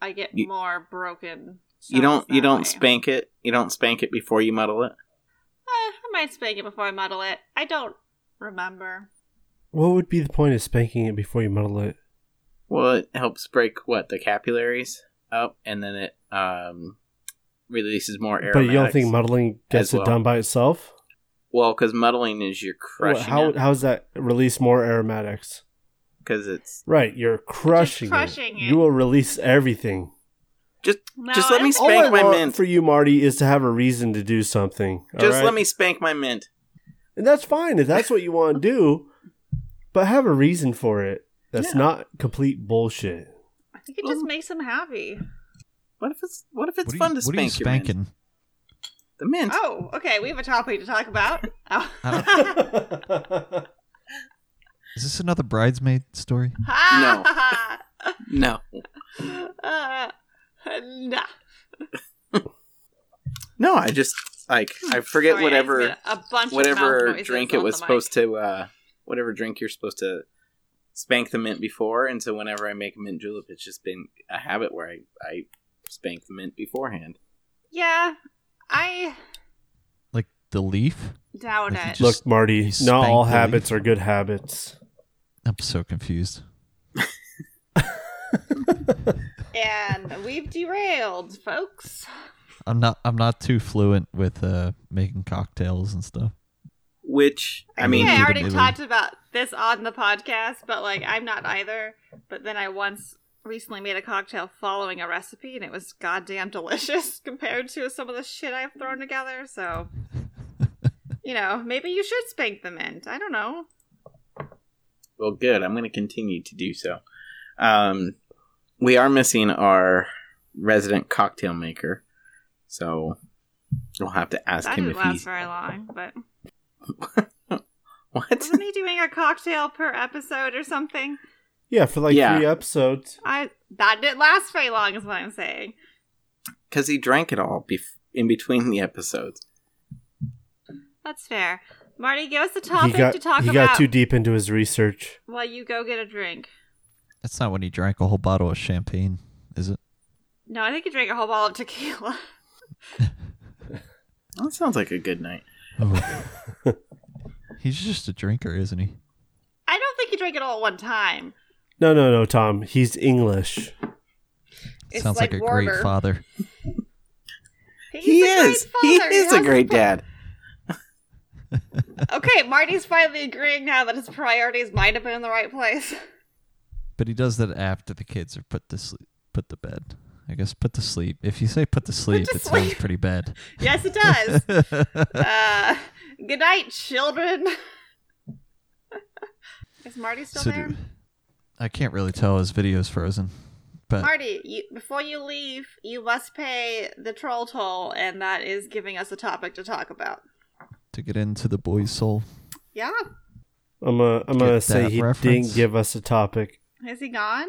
A: I get
B: You-
A: more broken.
B: You don't.
A: sounds
B: You
A: that
B: don't
A: way.
B: spank it. You don't spank it before you muddle it.
A: Eh, I might spank it before I muddle it. I don't remember.
D: What would be the point of spanking it before you muddle it?
B: Well, it helps break what the capillaries up, and then it um releases more
D: But
B: aromatics.
D: you don't think muddling gets
B: as well.
D: it done by itself?
B: well, because muddling is you're
D: Well,
B: crushing
D: how
B: it
D: how's that release more aromatics?
B: because it's
D: Right, you're crushing,
A: crushing it.
D: You will release everything.
B: just
A: No,
B: just let me
A: it's-
D: All I
B: spank my
D: want
B: mint.
D: for you, Marty, is to have a reason to do something. all
B: Just
D: right?
B: let me spank my mint.
D: and that's fine if that's what you want to do, but have a reason for it. That's
B: Yeah.
D: not
B: <laughs>
D: complete bullshit. <laughs>
A: I think it just makes him happy.
B: What if it's what if it's
C: what are
B: fun
C: you,
B: to
C: what are you
B: spank your mint?
C: spanking?
B: The mint.
A: Oh, okay. We have a topic to talk
B: <laughs>
A: about. Oh.
C: Is this another bridesmaid story?
A: Ha!
B: No,
A: <laughs> Uh, nah.
B: no. I just like I forget
A: Hmm. Sorry, I
B: whatever.
A: just made a bunch of mouth
B: whatever
A: noises
B: drink
A: on
B: it
A: the
B: was
A: mic.
B: supposed to uh whatever drink you're supposed to spank the mint before and so whenever i make a mint julep it's just been a habit where i i spank the mint beforehand
A: Yeah, I
C: Like the leaf?
A: doubt
C: Like you
A: it.
C: just-
D: Look, Marty,
C: you
D: not all
C: spank the
D: habits
C: leaf.
D: are good habits.
C: I'm so confused.
A: and we've derailed, folks.
C: I'm not I'm not too fluent with uh, making cocktails and stuff.
B: which i mean
A: yeah, I
C: Either
A: already
C: maybe.
A: talked about this on the podcast, but like I'm not either. But then I once recently made a cocktail following a recipe, and it was goddamn delicious <laughs> compared to some of the shit I've thrown together. So, you know, maybe you should spank the mint. I don't know.
B: well good i'm going to continue to do so um we are missing our resident cocktail maker so we'll have to ask
A: That
B: him
A: didn't
B: if
A: last
B: he's
A: very long,
D: <laughs>
A: but
B: what
A: wasn't he doing a cocktail per episode or something?
D: Yeah, for like
B: Yeah.
D: three episodes.
A: I that didn't last very long, is what I'm saying.
B: because he drank it all bef- in between the episodes
A: That's fair. Marty, give us a topic
D: he got
A: to talk
D: he
A: about
D: got too deep into his research.
A: while you go get a drink.
C: That's not when he drank a whole bottle of champagne, is it?
A: No, I think you drank a whole bottle of tequila.
B: that sounds like a good night
C: Oh. <laughs> He's just a drinker, isn't he?
A: I don't think you drank it all at one time.
D: No, no, no, Tom. He's English.
A: It's
C: Sounds like,
A: like
C: a great
A: Werber.
C: father.
A: He's
B: he
A: a great
B: is he
A: father.
B: is a
A: has
B: great dad
A: <laughs> Okay, Marty's finally agreeing now that his priorities might have been in the right place. <laughs>
C: But he does that after the kids are put to sleep, put to bed. I guess put to sleep. If you say put to sleep,
A: to
C: it sounds
A: sleep. <laughs>
C: pretty bad.
A: Yes, it
B: <laughs>
A: does. uh, good night, children. <laughs> is Marty still
C: <laughs> So
A: there?
C: do- I can't really tell. His video's frozen. But
A: Marty, you, before you leave, you must pay the troll toll, and that is giving us a topic to talk about.
C: to get into the boy's soul,
A: Yeah,
D: I'm gonna, I'm gonna
C: Get
D: say
C: that
D: he
C: reference.
D: didn't give us a topic.
A: is he gone?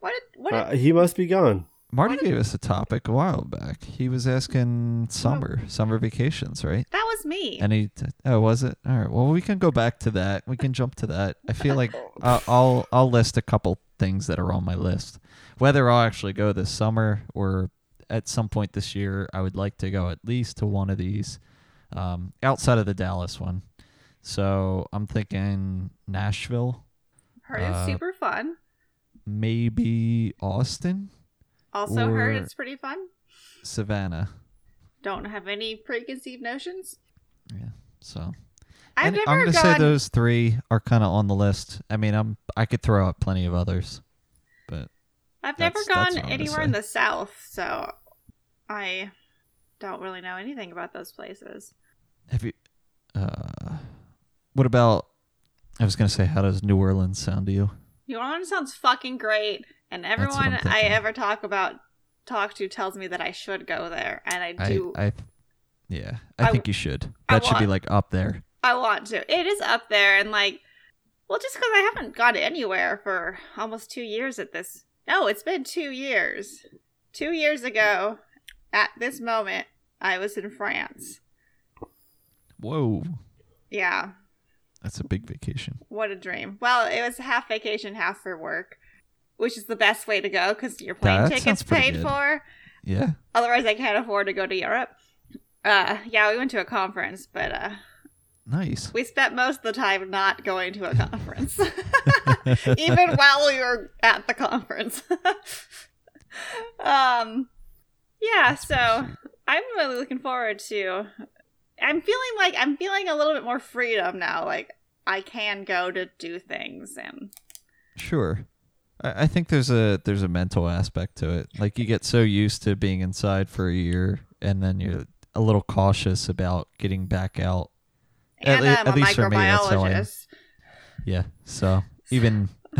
A: What did what did,
D: Uh, he must be gone.
C: Marty gave us a topic a while back. He was asking summer, summer vacations, right?
A: that was me.
C: And he, t- oh, was it? All right. Well, we can go back to that. We can jump to that. I
A: <laughs>
C: feel like uh, I'll I'll list a couple things that are on my list. Whether I'll actually go this summer or at some point this year, I would like to go at least to one of these, um, outside of the Dallas one. So I'm thinking Nashville,
A: heard it's
C: uh,
A: super fun.
C: maybe Austin,
A: Also heard
C: or-
A: it's pretty fun.
C: Savannah.
A: Don't have any preconceived notions.
C: So
A: I've
C: And
A: never
C: I'm gonna
A: gone.
C: say those three are kind of on the list. I mean, I'm I could throw out plenty of others, but
A: I've never
C: that's- that's
A: gone
C: what I'm gonna
A: anywhere in
C: say.
A: the South, so I don't really know anything about those places.
C: have you? Uh, what about? I was gonna say, how does New Orleans sound to you?
A: New Orleans sounds fucking great, and
C: what I'm
A: everyone I
C: thinking.
A: ever talk about talk to tells me that I should go there, and I
C: I,
A: do. I,
C: I, yeah, I,
A: I
C: think you should.
A: I
C: That should be
A: want-
C: like up there.
A: want to. It is up there, and like, well, just because I haven't gone anywhere for almost two years at this. No, it's been two years. Two years ago, at this moment, I was in France.
C: Whoa,
A: Yeah,
C: that's a big vacation.
A: what a dream. Well, it was half vacation, half for work, which is the best way to go because your plane
C: That
A: ticket's
C: sounds pretty
A: paid
C: good.
A: for.
C: Yeah,
A: otherwise i can't afford to go to europe uh yeah we went to a conference but uh
C: nice.
A: we spent most of the time not going to a
C: <laughs>
A: conference <laughs> even while we were at the conference <laughs> um yeah
C: That's
A: so
C: pretty
A: i'm really looking forward to i'm feeling like i'm feeling a little bit more freedom now like i can go to do things and
C: Sure. I, I think there's a there's a mental aspect to it. Like you get so used to being inside for a year and then you're a little cautious about getting back out. At
A: and
C: lea-
A: i'm
C: at
A: a
C: least for me, that's how I am.
A: microbiologist
C: Yeah. So even <laughs>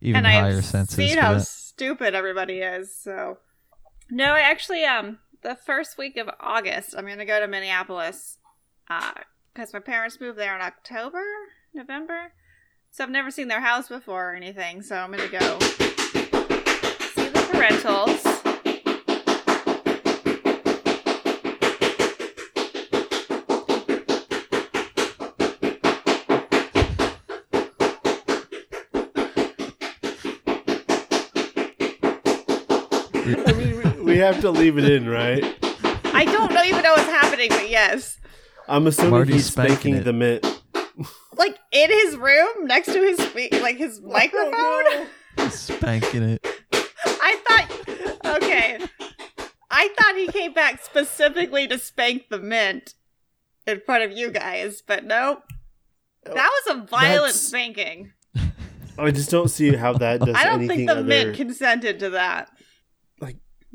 C: even
A: and
C: higher
A: I've
C: senses.
A: seen
C: for
A: how
C: that.
A: stupid everybody is. So, no, I actually um the first week of August, I'm gonna go to Minneapolis, because my parents moved there in October, November, so I've never seen their house before or anything. So I'm gonna go see the parentals.
D: I mean, <laughs> we, we have to leave it in, right?
A: I don't know even know what's happening, but yes,
D: I'm assuming
C: Marty's
D: he's
C: spanking
D: spanking
C: it.
D: the mitt.
A: like in his room next to his spe- like
C: <laughs>
A: his microphone.
C: spanking it.
A: I thought, okay, I thought he came back specifically to spank the mint in front of you guys, but nope. That was a violent
D: That's-
A: spanking.
D: <laughs> I just don't see how that does
A: I don't
D: anything
A: think the
D: other.
A: mint consented to that.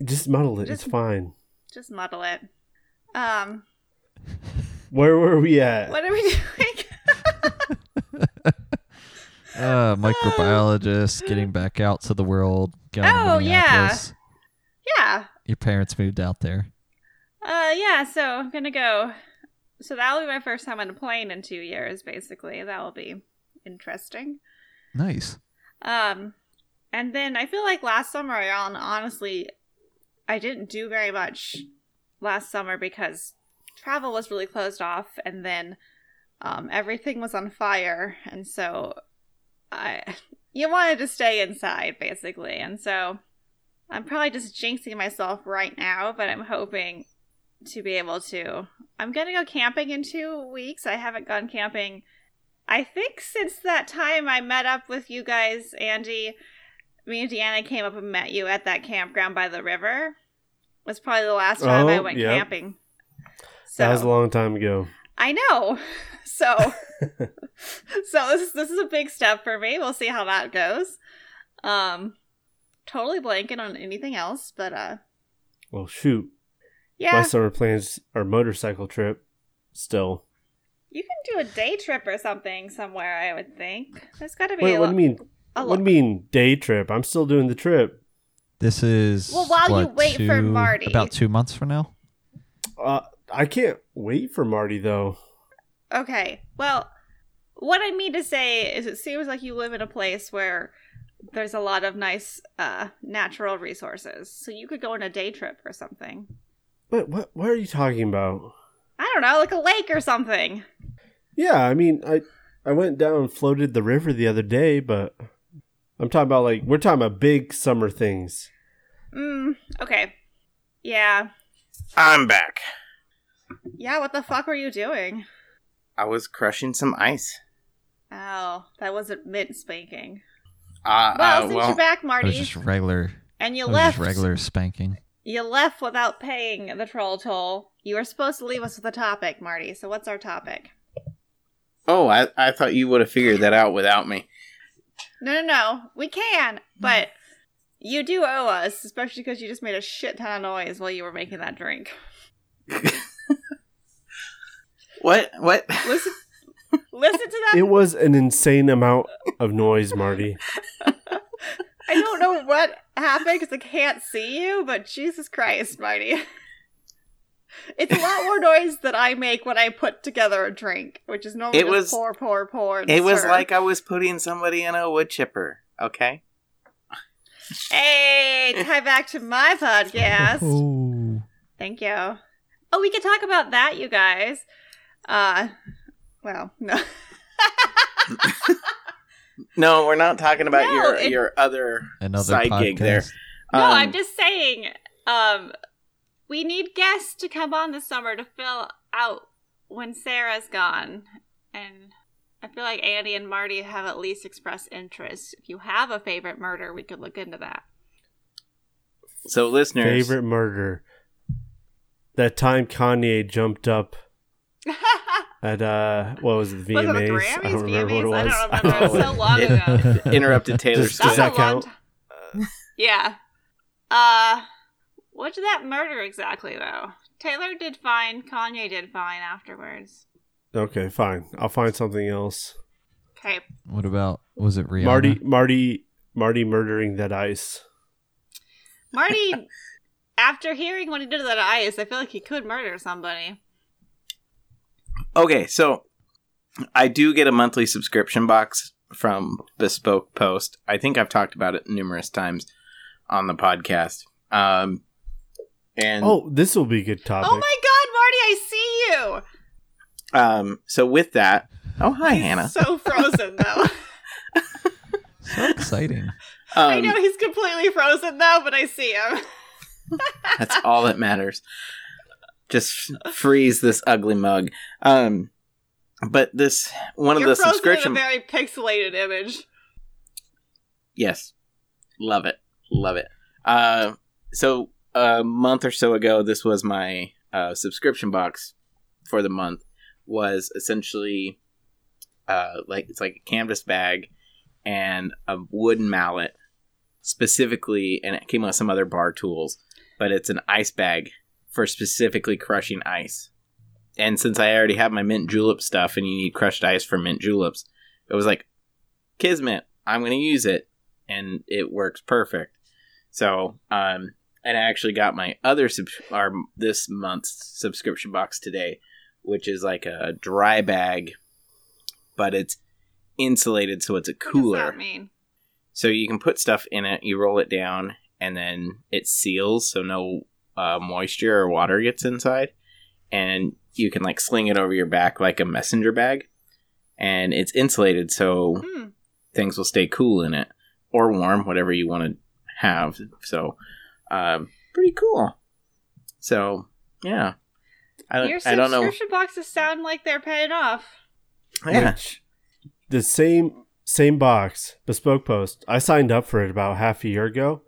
D: Just muddle it. It's
A: Just-
D: fine.
A: Just muddle it. Um,
D: Where were we at?
A: what are we <laughs> doing? <laughs>
C: Uh, microbiologist, getting back out to the world, going
A: Oh,
C: to
A: yeah.
C: Minneapolis.
A: yeah,
C: Your parents moved out there.
A: Uh, yeah, so I'm gonna go. So that'll be my first time on a plane in two years, basically. That'll be interesting.
C: Nice.
A: Um, and then I feel like last summer, I hon- honestly, I didn't do very much last summer because travel was really closed off, and then um, everything was on fire, and so I <laughs> you wanted to stay inside basically, and so I'm probably just jinxing myself right now, but I'm hoping to be able to. I'm gonna go camping in two weeks. I haven't gone camping I think since that time I met up with you guys, Andy, me and Deanna came up and met you at that campground by the river. Was probably the last time I
D: Oh,
A: went
D: yep.
A: camping. So
D: That was a long time ago.
A: I know. <laughs>
D: <laughs>
A: So so this is, this is a big step for me. We'll see how that goes. Um totally blanking on anything else, but uh
D: Well, shoot. My
A: yeah,
D: summer plans are motorcycle trip. Still.
A: you can do a day trip or something somewhere, I would think. There's got to be
D: Wait,
A: a
D: what do
A: lo-
D: you mean?
A: a
D: What do
A: lo-
D: you mean day trip? I'm still doing the trip.
C: This is
A: Well, while you
C: what,
A: wait for
C: two-
A: Marty.
C: About two months from now.
D: Uh, I can't wait for Marty though.
A: Okay. Well, what I mean to say is it seems like you live in a place where there's a lot of nice uh, natural resources. So you could go on a day trip or something.
D: But what what are you talking about?
A: I don't know, like a lake or something.
D: Yeah, I mean, I I went down and floated the river the other day, but I'm talking about like we're talking about big summer things.
A: Mm, okay. Yeah.
B: I'm back.
A: Yeah, what the fuck were you doing?
B: I was crushing some ice.
A: Oh, that wasn't mint spanking.
B: Uh,
A: Well,
B: uh,
A: since
B: well
A: you're back,
C: It
A: Marty,
C: was just regular.
A: and you
C: It was
A: left,
C: just regular spanking.
A: you left without paying the troll toll. You were supposed to leave us with a topic, Marty. So what's our topic?
B: oh, I, I thought you would have figured that out without me.
A: No, no, no. We can, but you do owe us, especially because you just made a shit ton of noise while you were making that drink.
B: What? What?
A: Listen, <laughs> listen to that.
D: It was an insane amount of noise, Marty.
A: I don't know what happened because I can't see you, but Jesus Christ, Marty. It's a lot more noise than I make when I put together a drink, which is normally
B: It
A: just
B: was-
A: pour, pour, pour. and
B: It was
A: stir.
B: like I was putting somebody in a wood chipper. Okay.
A: Hey, tie back to my podcast.
C: Oh.
A: Thank you. Oh, we could talk about that, you guys. Uh, well, no.
B: No, we're not talking about
A: No,
B: your
A: it-
B: your other.
C: Another
B: Side
C: podcast.
B: gig there.
A: No,
B: um,
A: I'm just saying, um, we need guests to come on this summer to fill out when Sarah's gone. And I feel like Andy and Marty have at least expressed interest. If you have a favorite murder, we could look into that.
B: So, listeners,
D: Favorite murder. That time Kanye jumped up at uh what was it,
A: <laughs>
D: the
A: Was it the
D: VMAs? I
A: Grammys,
D: don't remember
A: VMAs?
D: what
A: I
D: it was.
A: <laughs> don't remember. It was Oh, so
C: <laughs>
A: long ago.
B: <laughs>
D: <laughs>
B: interrupted
A: <laughs>
B: Taylor
D: Just- Does
A: That's
B: Swift.
A: a
D: that
A: long
D: count?
A: ti- <laughs> yeah. Uh, what did that murder exactly though? Taylor did fine. Kanye did fine afterwards.
D: <laughs> Okay, fine. I'll find something else.
A: Okay.
C: What about was it Rihanna?
D: Marty Marty Marty murdering that ice.
A: Marty, after hearing what he did to that ice, I feel like he could murder somebody.
B: Okay, so I do get a monthly subscription box from Bespoke Post. I think I've talked about it numerous times on the podcast. Um, and
D: Oh, this will be a good topic.
A: Oh my god, Marty, I see you!
B: um, so with that, oh hi
A: He's
B: Hannah.
A: so frozen
C: <laughs>
A: though.
C: So exciting.
A: I
B: Um,
A: know <laughs> he's completely frozen though, but I see him.
B: That's all that matters. Just freeze this ugly mug. Um, but this one of
A: You're
B: the
A: frozen
B: subscription.
A: in a very pixelated image.
B: Yes. Love it. Love it. Uh, so a month or so ago, this was my uh, subscription box for the month. Was essentially uh, like it's like a canvas bag and a wooden mallet, specifically, and it came with some other bar tools, but it's an ice bag for specifically crushing ice. And since I already have my mint julep stuff, and you need crushed ice for mint juleps, it was like kismet. I'm gonna use it and it works perfect. So, um, and I actually got my other sub- or this month's subscription box today, which is like a dry bag, but it's insulated, so it's a
A: What does
B: cooler.
A: that mean?
B: So you can put stuff in it, you roll it down, and then it seals, so no uh, moisture or water gets inside. And you can like sling it over your back like a messenger bag, and it's insulated, so
A: Hmm.
B: things will stay cool in it or warm, whatever you want to have. So, um, pretty cool. So, yeah. I,
A: Your
B: I don't know.
A: subscription boxes sound like they're paying off.
B: Yeah.
D: Which the same same box, bespoke post. I signed up for it about half a year ago,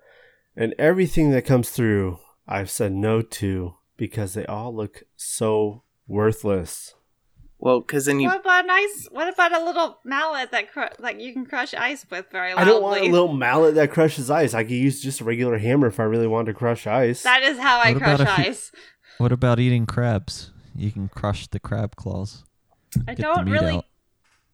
D: and everything that comes through, I've said no to because they all look so worthless.
B: Well, because then you.
A: What about an ice? What about a little mallet that cr- like you can crush ice with very loudly?
D: I don't want a little mallet that crushes ice. I could use just a regular hammer if I really wanted to crush ice.
A: That is how I
C: What
A: crush
C: about if you-
A: ice.
C: What about eating crabs? You can crush the crab claws.
A: I
C: Get the
A: don't
C: meat
A: really
C: out.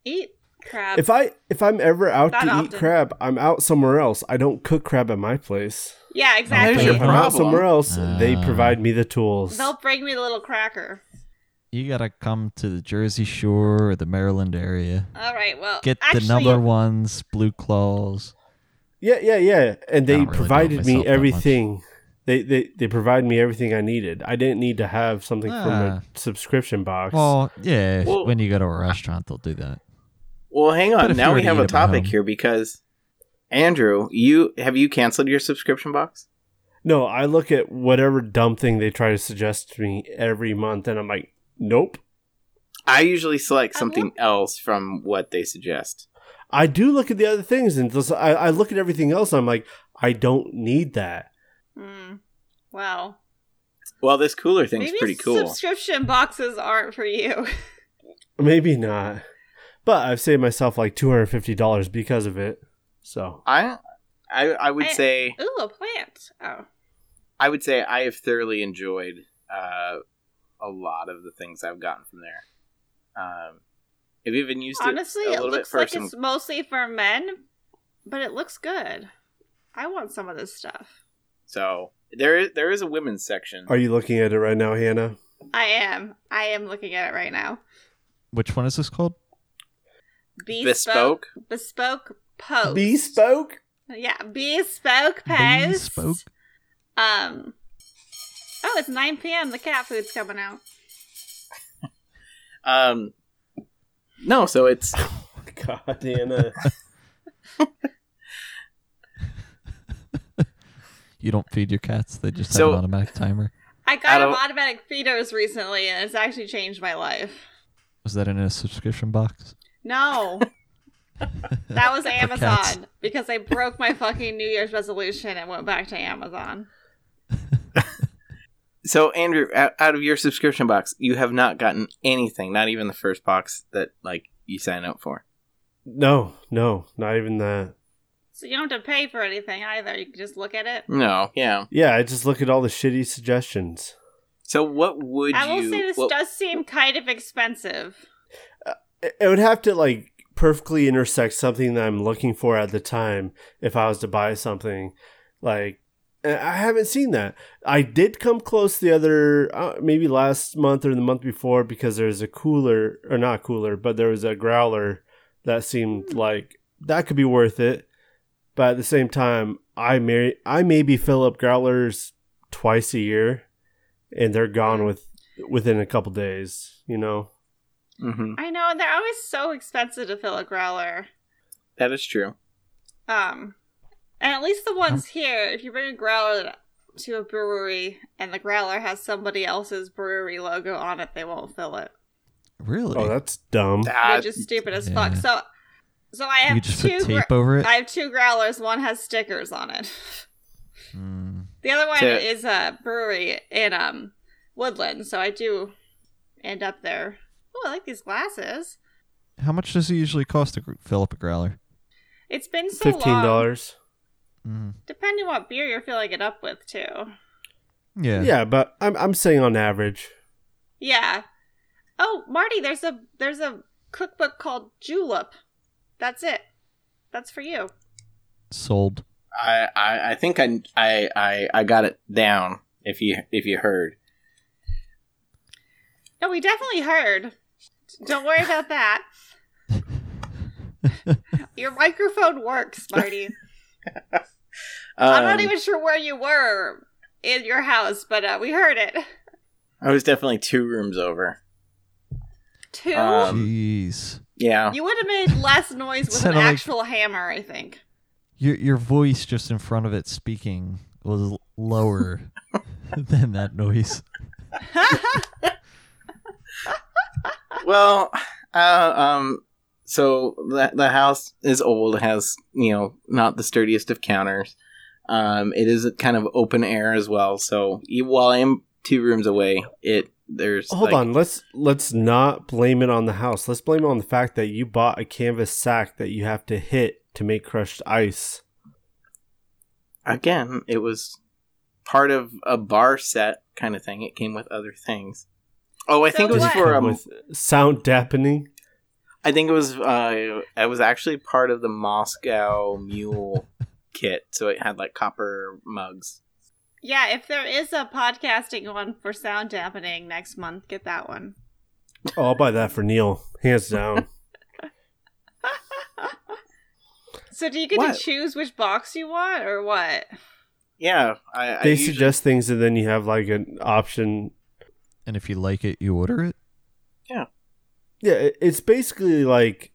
A: eat crab.
D: if I if I'm ever out
A: Not
D: to eat
A: often.
D: crab, I'm out somewhere else. I don't cook crab at my place.
A: yeah,
B: There's
A: exactly.
B: your
D: if I'm out
B: problem.
D: somewhere else, they
C: Ah.
D: provide me the tools.
A: They'll bring me the little cracker.
C: You gotta come to the Jersey Shore or the Maryland area.
A: All right, well,
C: Get
A: actually, uh,
C: the number ones, blue claws,
D: Yeah, yeah, yeah. And
C: I
D: they
C: don't really
D: provided
C: doubt
D: me
C: myself that much.
D: everything. They, they they provided me everything I needed. I didn't need to have something from
C: Ah.
D: a subscription box.
C: Well, yeah. if-
B: Well-
C: when you go to a restaurant, they'll do that.
B: Well, hang
C: But
B: on.
C: if
B: Now
C: you were
B: we
C: to
B: have
C: eat
B: a
C: at
B: topic
C: home-
B: here because Andrew, you have you canceled your subscription box?
D: no, I look at whatever dumb thing they try to suggest to me every month, and I'm like, nope.
B: I usually select
A: I
B: something else from what they suggest.
D: I do look at the other things, and just, I, I look at everything else. And I'm like, I don't need that.
A: Mm. Wow.
B: Well, this cooler thing's
A: Maybe
B: pretty cool.
A: subscription boxes aren't for you. <laughs>
D: Maybe not, but I've saved myself like two hundred fifty dollars because of it. So
B: I, I, I would
A: I-
B: say
A: Ooh, a plant. Oh.
B: I would say I have thoroughly enjoyed uh, a lot of the things I've gotten from there. Um, have you even used
A: Honestly,
B: it a
A: it
B: little bit
A: looks
B: for
A: like
B: some?
A: it's mostly for men, but it looks good. I want some of this stuff.
B: So there is there is a women's section.
D: are you looking at it right now, Hannah?
A: I am. I am looking at it right now.
C: Which one is this called?
A: Bespoke.
B: bespoke?
A: Bespoke post.
D: Bespoke. <laughs>
A: Yeah, bespoke post.
C: Bespoke.
A: Um. Oh, it's 9 p.m. The cat food's coming out.
B: Um, no, so it's
D: God, Hannah.
C: You don't feed your cats; they just
B: So-
C: have an automatic timer.
A: I
B: I
A: got
B: don't-
A: him automatic feeders recently, and it's actually changed my life.
C: Was that in a subscription box?
A: No, that was
C: cats.
A: Amazon because I broke my fucking New Year's resolution and went back to Amazon.
B: So Andrew, out, out of your subscription box, you have not gotten anything, not even the first box that like you sign up for.
D: no, no, not even that.
A: So you don't have to pay for anything either. You can just look at it.
B: No, yeah.
D: Yeah, I just look at all the shitty suggestions.
B: So what would
A: I will
B: you?
A: say this
B: well,
A: does seem kind of expensive.
D: It it would have to like perfectly intersect something that I'm looking for at the time if I was to buy something. Like and I haven't seen that. I did come close the other uh, maybe last month or the month before because there's a cooler or not cooler, but there was a growler that seemed like that could be worth it. But at the same time, I may I maybe fill up growlers twice a year, and they're gone with within a couple days. You know.
B: mhm,
A: I know they're always so expensive to fill a growler.
B: that is true.
A: Um, and at least the ones here, if you bring a growler to a brewery and the growler has somebody else's brewery logo on it, they won't fill it.
C: Really?
D: Oh, that's dumb.
A: They're
B: Ah,
A: just stupid as
C: yeah.
A: fuck. So, so I
C: you
A: have
C: just
A: two.
C: put
A: Gro-
C: tape over it.
A: I have two growlers. One has stickers on it. <laughs>
C: Mm.
A: The other one
B: So-
A: is a brewery in um Woodland. So I do end up there. Oh, I like these glasses.
C: How much does it usually cost to gr- fill up a growler?
A: It's been so
D: Fifteen
A: long.
D: dollars.
C: Mm.
B: Mm-hmm.
A: Depending what beer you're filling it up with, too.
C: Yeah.
D: Yeah. but I'm I'm saying on average.
A: Yeah. Oh, Marty, there's a there's a cookbook called Julep. That's it. That's for you.
C: Sold.
B: I, I, I think I, I, I, I got it down. If you, if you heard,
A: No, we definitely heard. Don't worry about that. Your microphone works, Marty. I'm not
B: Um,
A: even sure where you were in your house, but uh, we heard it.
B: I was definitely two rooms over.
A: Two.
C: Uh,
B: Um,
C: Jeez.
B: Yeah,
A: you would have made less noise with an
C: Sounded like-
A: actual hammer, I think.
C: Your your voice just in front of it speaking was l- lower
B: <laughs>
C: <laughs> than that noise.
B: well, uh, um, so the, the house is old, has, you know, not the sturdiest of counters. Um, it is kind of open air as well. So you, while I am two rooms away, it, there's.
D: Hold
B: like-
D: on, let's let's not blame it on the house. Let's blame it on the fact that you bought a canvas sack that you have to hit to make crushed ice.
B: Again, it was part of a bar set kind of thing. It came with other things. Oh, I
A: So
B: think it was
A: what-
B: for. Um,
D: with sound dampening.
B: I think it was. Uh, it was actually part of the Moscow Mule kit. So it had like copper mugs.
A: yeah, if there is a podcasting one for sound dampening next month, get that one.
D: Oh, I'll buy that for Neil, hands down.
A: So do you get
B: What?
A: to choose which box you want or what?
B: Yeah, <laughs> I, I
D: they
B: usually-
D: suggest things and then you have like an option
C: And if you like it, you order it.
D: yeah it- it's basically like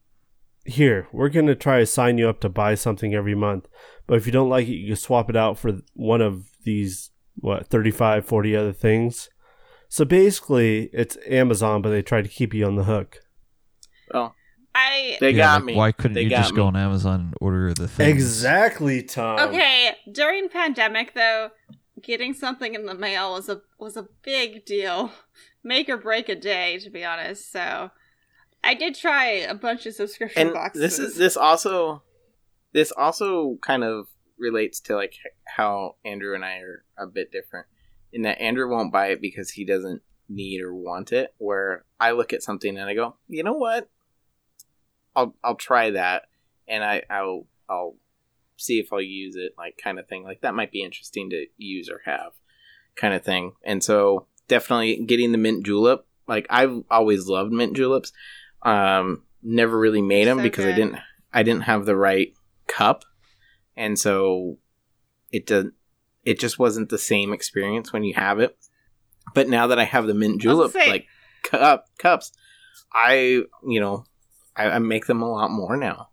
D: here we're going to try to sign you up to buy something every month but if you don't like it you can swap it out for one of these what 35 40 other things so basically it's amazon but they try to keep you on the hook
B: Well,
A: I
B: they
C: Yeah,
B: got
C: like,
B: me.
C: Why couldn't
B: They
C: you
B: got
C: just go
B: me.
C: on Amazon and order the thing?
D: exactly tom
B: Um,
A: okay. During pandemic though, getting something in the mail was a was a big deal, <laughs> make or break a day to be honest. So I did try a bunch of subscription
B: and
A: boxes.
B: this is this also this also kind of relates to like h- how Andrew and I are a bit different in that Andrew won't buy it because he doesn't need or want it where I look at something and I go, "You know what? I'll I'll try that and I I'll I'll see if I'll use it like kind of thing. Like that might be interesting to use or have kind of thing." And so definitely getting the mint julep. Like I've always loved mint juleps. Um never really made them
A: So
B: because I
A: good.
B: didn't I didn't have the right cup. And so it did, it just wasn't the same experience when you have it. But now that I have the
A: I
B: mint julep
A: was gonna say-
B: like cup cups, I you know I, I make them a lot more now.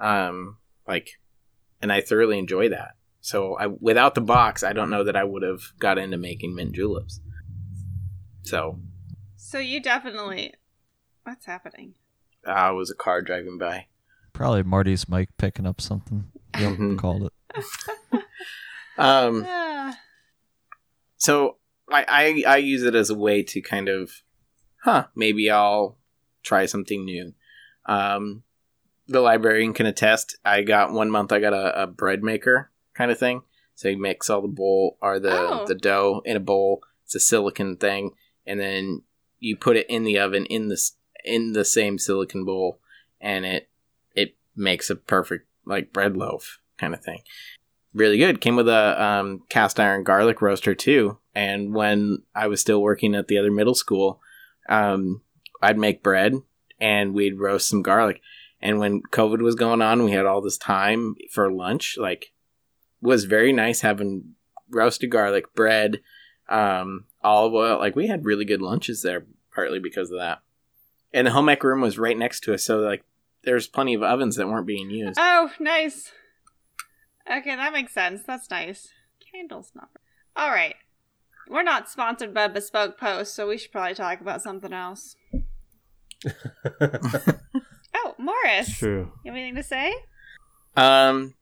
B: Um, like, and I thoroughly enjoy that. So I without the box, I don't know that I would have got into making mint juleps. So
A: so you definitely what's happening?
B: uh, it was a car driving by.
C: Probably Marty's mic picking up something.
B: <laughs> Mhm.
C: Yep, called it.
B: Um,
A: Ah.
B: so I, I I use it as a way to kind of, huh, maybe I'll try something new. Um, the librarian can attest. I got one month. I got a, a bread maker kind of thing. So you mix all the bowl or the
A: Oh.
B: the dough in a bowl. It's a silicon thing, and then you put it in the oven in this in the same silicon bowl, and it it makes a perfect like bread loaf kind of thing. Really good. Came with a um, cast iron garlic roaster too. And when I was still working at the other middle school, um, I'd make bread and we'd roast some garlic. And when COVID was going on, we had all this time for lunch. Like, was very nice having roasted garlic, bread, um, olive oil. Like, we had really good lunches there, partly because of that. And the home ec room was right next to us, so like, there's plenty of ovens that weren't being used.
A: Oh, nice. Okay, that makes sense. That's nice. Candles not. All right. We're not sponsored by Bespoke Post, so we should probably talk about something else. Oh, Morris.
D: true
A: You have anything to say?
B: Um,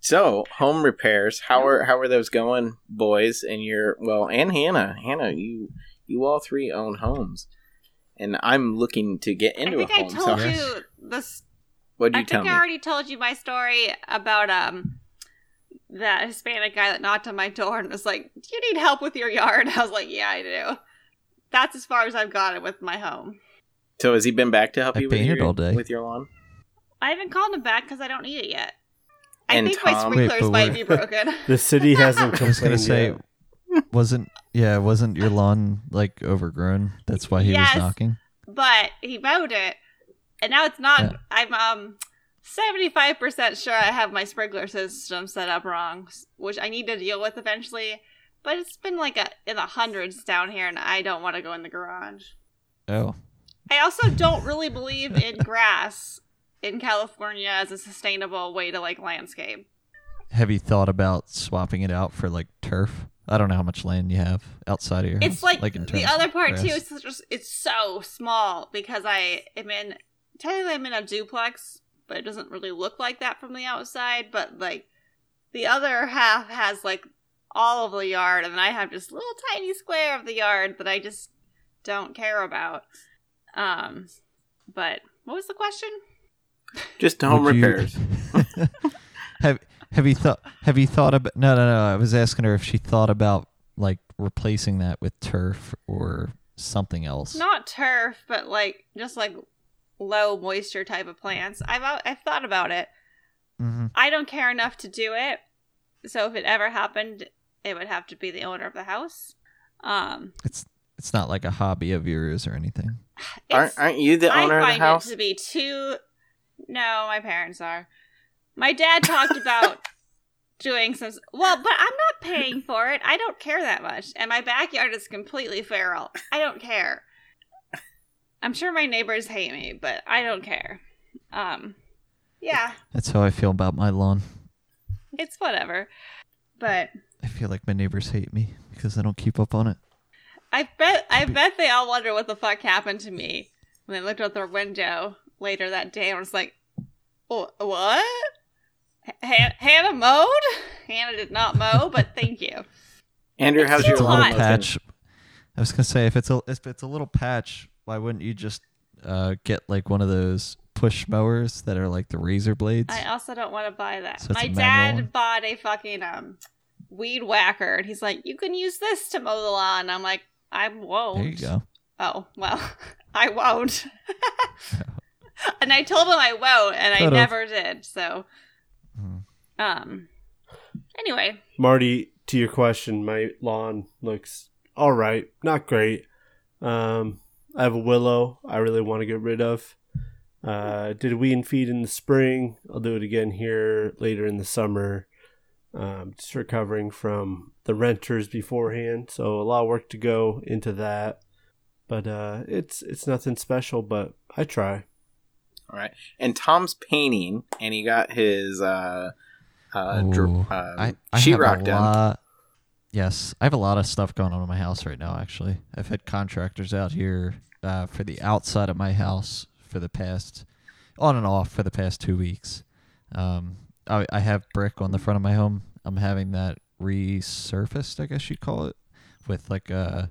B: so home repairs. How are how are those going, boys? And your well, and Hannah, Hannah, you you all three own homes, and I'm looking to get into
A: I think
B: a
A: I
B: home.
A: told
B: so
A: you this.
B: what'd
A: I
B: you tell
A: think
B: me?
A: I already told you my story about um that Hispanic guy that knocked on my door and was like, "Do you need help with your yard?" <laughs> I was like, "Yeah, I do." That's as far as I've gotten with my home.
B: so has he been back to help
C: I
B: you with
C: painted
B: your,
C: all day.
B: with your lawn?
A: I haven't called him back because I don't need it yet. I
B: And
A: think my
B: Tom-
C: Wait,
A: sprinklers
C: but
A: might be
C: we're- <laughs>
A: broken.
D: the city hasn't
C: I was
D: complained
C: gonna say,
D: yet.
C: <laughs> wasn't yeah, wasn't your lawn like overgrown? That's why he
A: Yes.
C: was knocking.
A: but he mowed it, and now it's not.
C: Yeah.
A: I'm um seventy five percent sure I have my sprinkler system set up wrong, which I need to deal with eventually. But it's been like a, in the hundreds down here, and I don't want to go in the garage.
C: Oh,
A: I also don't really believe in <laughs> grass in California as a sustainable way to like landscape.
C: have you thought about swapping it out for like turf? I don't know how much land you have outside of your
A: it's
C: house,
A: like,
C: in
A: the
C: terms
A: other
C: of
A: part too
C: grass.
A: is just it's so small because i am in technically i'm in a duplex but it doesn't really look like that from the outside but like the other half has like all of the yard and i have just little tiny square of the yard that i just don't care about um but what was the question
B: Just home
C: Would you-
B: repairs.
C: <laughs> have Have you thought Have you thought about? No, no, no. I was asking her if she thought about like replacing that with turf or something else.
A: not turf, but like just like low moisture type of plants. I've al- I've thought about it.
C: Mhm.
A: I don't care enough to do it. So if it ever happened, it would have to be the owner of the house. Um,
C: It's It's not like a hobby of yours or anything.
B: Aren't
A: it's-
B: aren't you the
A: I
B: owner of
A: find
B: the house?
A: it to be too. No, my parents are. My dad talked
B: <laughs>
A: about doing some. Well, but I'm not paying for it. I don't care that much. And my backyard is completely feral. I don't care. I'm sure my neighbors hate me, but I don't care. Um, yeah,
C: That's how I feel about my lawn.
A: it's whatever. But
C: I feel like my neighbors hate me because I don't keep up on it.
A: I bet I bet they all wonder what the fuck happened to me when they looked out their window later that day and was like, "Wha- "What? Han- Hannah mowed? <laughs> Hannah did not mow, but thank
C: <laughs>
A: you."
B: Andrew,
A: It's
B: how's
A: still
B: your
C: It's a
A: hot.
B: lawn looking?
C: little patch. I was gonna say if it's a if it's a little patch, why wouldn't you just uh, get like one of those push mowers that are like the razor blades?
A: I also don't want to buy that.
C: So it's
A: My
C: a manual
A: dad
C: one?
A: bought a fucking um weed whacker, and he's like, "You can use this to mow the lawn." I'm like, "I won't."
C: there you go.
A: Oh well, <laughs> I
C: <laughs>
A: won't. and I told him I won't, and I
C: Could've.
A: never did. So,
C: Hmm.
A: um, anyway,
D: Marty, to your question, my lawn looks all right, not great. Um, I have a willow I really want to get rid of. Uh, did a weed and feed in the spring. I'll do it again here later in the summer. Um, just recovering from the renters beforehand, so a lot of work to go into that. But uh, it's it's nothing special, but I try.
B: All right. And Tom's painting, and he got his uh, uh, dr-
C: Ooh.
B: um,
C: I, I have a
B: sheetrock done.
C: lot. Yes, I have a lot of stuff going on in my house right now. Actually, I've had contractors out here uh, for the outside of my house for the past, on and off for the past two weeks. Um, I, I have brick on the front of my home. I'm having that resurfaced, I guess you call it, with like a,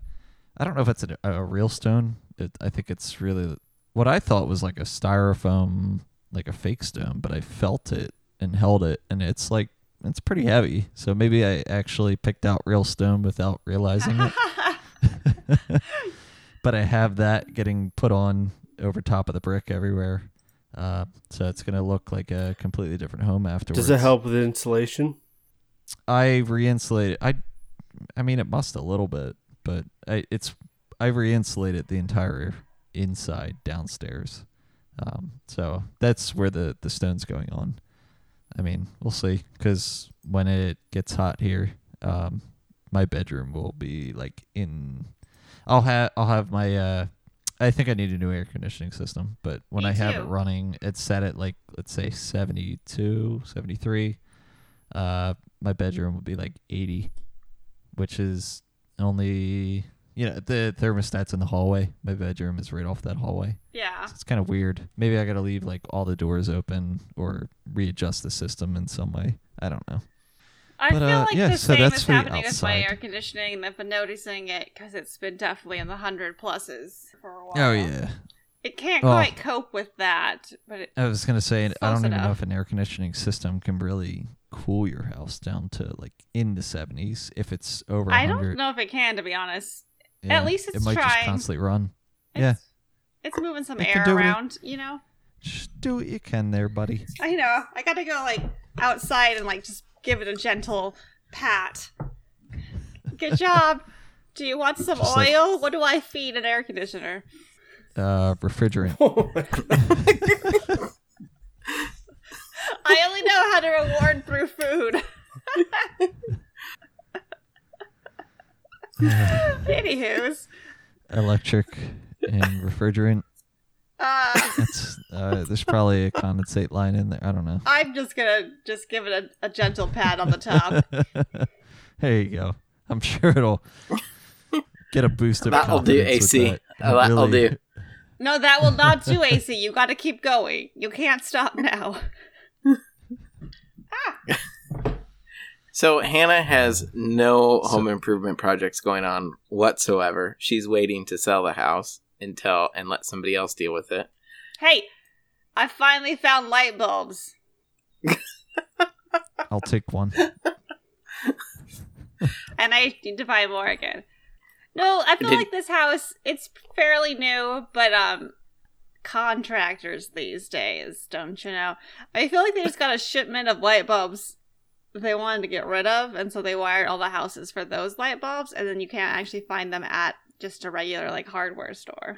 C: I don't know if it's a, a real stone. It, I think it's really what I thought was like a styrofoam, like a fake stone, but I felt it and held it, and it's like it's pretty heavy. So maybe I actually picked out real stone without realizing it. <laughs> but I have that getting put on over top of the brick everywhere. Uh, so it's going to look like a completely different home afterwards.
D: Does it help with insulation?
C: I re-insulated. I, I mean, it must a little bit, but I, it's I re-insulated the entire inside downstairs. Um, so that's where the the stone's going on. I mean, we'll see, because when it gets hot here, um, my bedroom will be like in. I'll have I'll have my. Uh, I think I need a new air conditioning system, but when
A: Me
C: I have
A: too.
C: it running, it's set at like let's say 72, 73. Uh, my bedroom would be like 80, which is only you know the thermostat's in the hallway. My bedroom is right off that hallway.
A: <laughs> yeah.
C: So it's kind of weird. Maybe I got to leave like all the doors open or readjust the system in some way. I don't know.
A: I
C: But,
A: feel
C: uh,
A: like
C: yeah,
A: the
C: so
A: same
C: that's
A: is
C: for the
A: happening with my
C: outside.
A: air conditioning, and I've been noticing it because it's been definitely in the hundred pluses for a while. it can't
C: Oh.
A: quite cope with that, but it,
C: I was gonna say I
A: Close
C: don't even know
A: enough.
C: if an air conditioning system can really cool your house down to like in the 70s if it's over
A: I
C: 100.
A: don't know if it can. To be honest,
C: Yeah,
A: least it's
C: it might just
A: trying.
C: constantly run.
A: it's,
C: Yeah.
A: it's moving some
C: It can
A: air
C: do what it-
A: around. You know,
C: Just do what you can
A: <laughs>
C: there, buddy.
A: I know. I gotta go like outside and like just give it a gentle pat. Good job. Do you want some
C: Just like-
A: oil? What do I feed an air conditioner? <laughs>
C: Uh, refrigerant.
A: I only know how to reward through food. Anywho's.
C: electric and refrigerant.
A: Uh,
C: That's uh, there's probably a condensate line in there. I don't know.
A: I'm just gonna just give it a, a gentle pat on the top.
C: <laughs> there you go. I'm sure it'll get a boost of
B: That'll do,
C: confidence with
B: AC.
C: That.
B: That'll do.
A: No, that will not do, AC. You gotta keep going. You can't stop now.
B: So Hannah has no home improvement projects going on whatsoever. She's waiting to sell the house until and let somebody else deal with it. <laughs>
A: Hey, I finally found light bulbs.
C: I'll take one.
A: and I need to buy more again. No, I feel
B: Did-
A: like this house it's fairly new, but um contractors these days, don't you know? I feel like they just got
B: <laughs>
A: a shipment of light bulbs they wanted to get rid of, and so they wired all the houses for those light bulbs, and then you can't actually find them at just a regular like hardware store.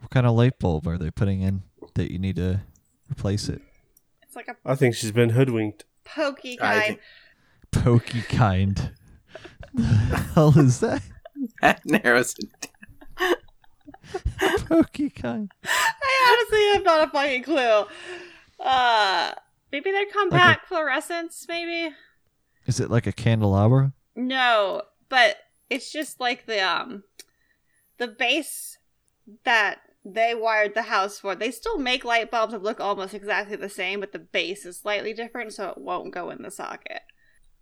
C: What kind of light bulb are they putting in that you need to replace it?
A: It's like a
D: I think she's been hoodwinked.
A: pokey
B: I
A: guy.
B: think-
C: Pokey kind. the hell is that? <laughs>
B: That narrows it
C: Pokey kind.
A: <laughs> I honestly have not a fucking clue. Uh, maybe they're compact fluorescents, maybe?
C: Is it like a candelabra?
A: No, but it's just like the um the base that they wired the house for. They still make light bulbs that look almost exactly the same, but the base is slightly different, so it won't go in the socket.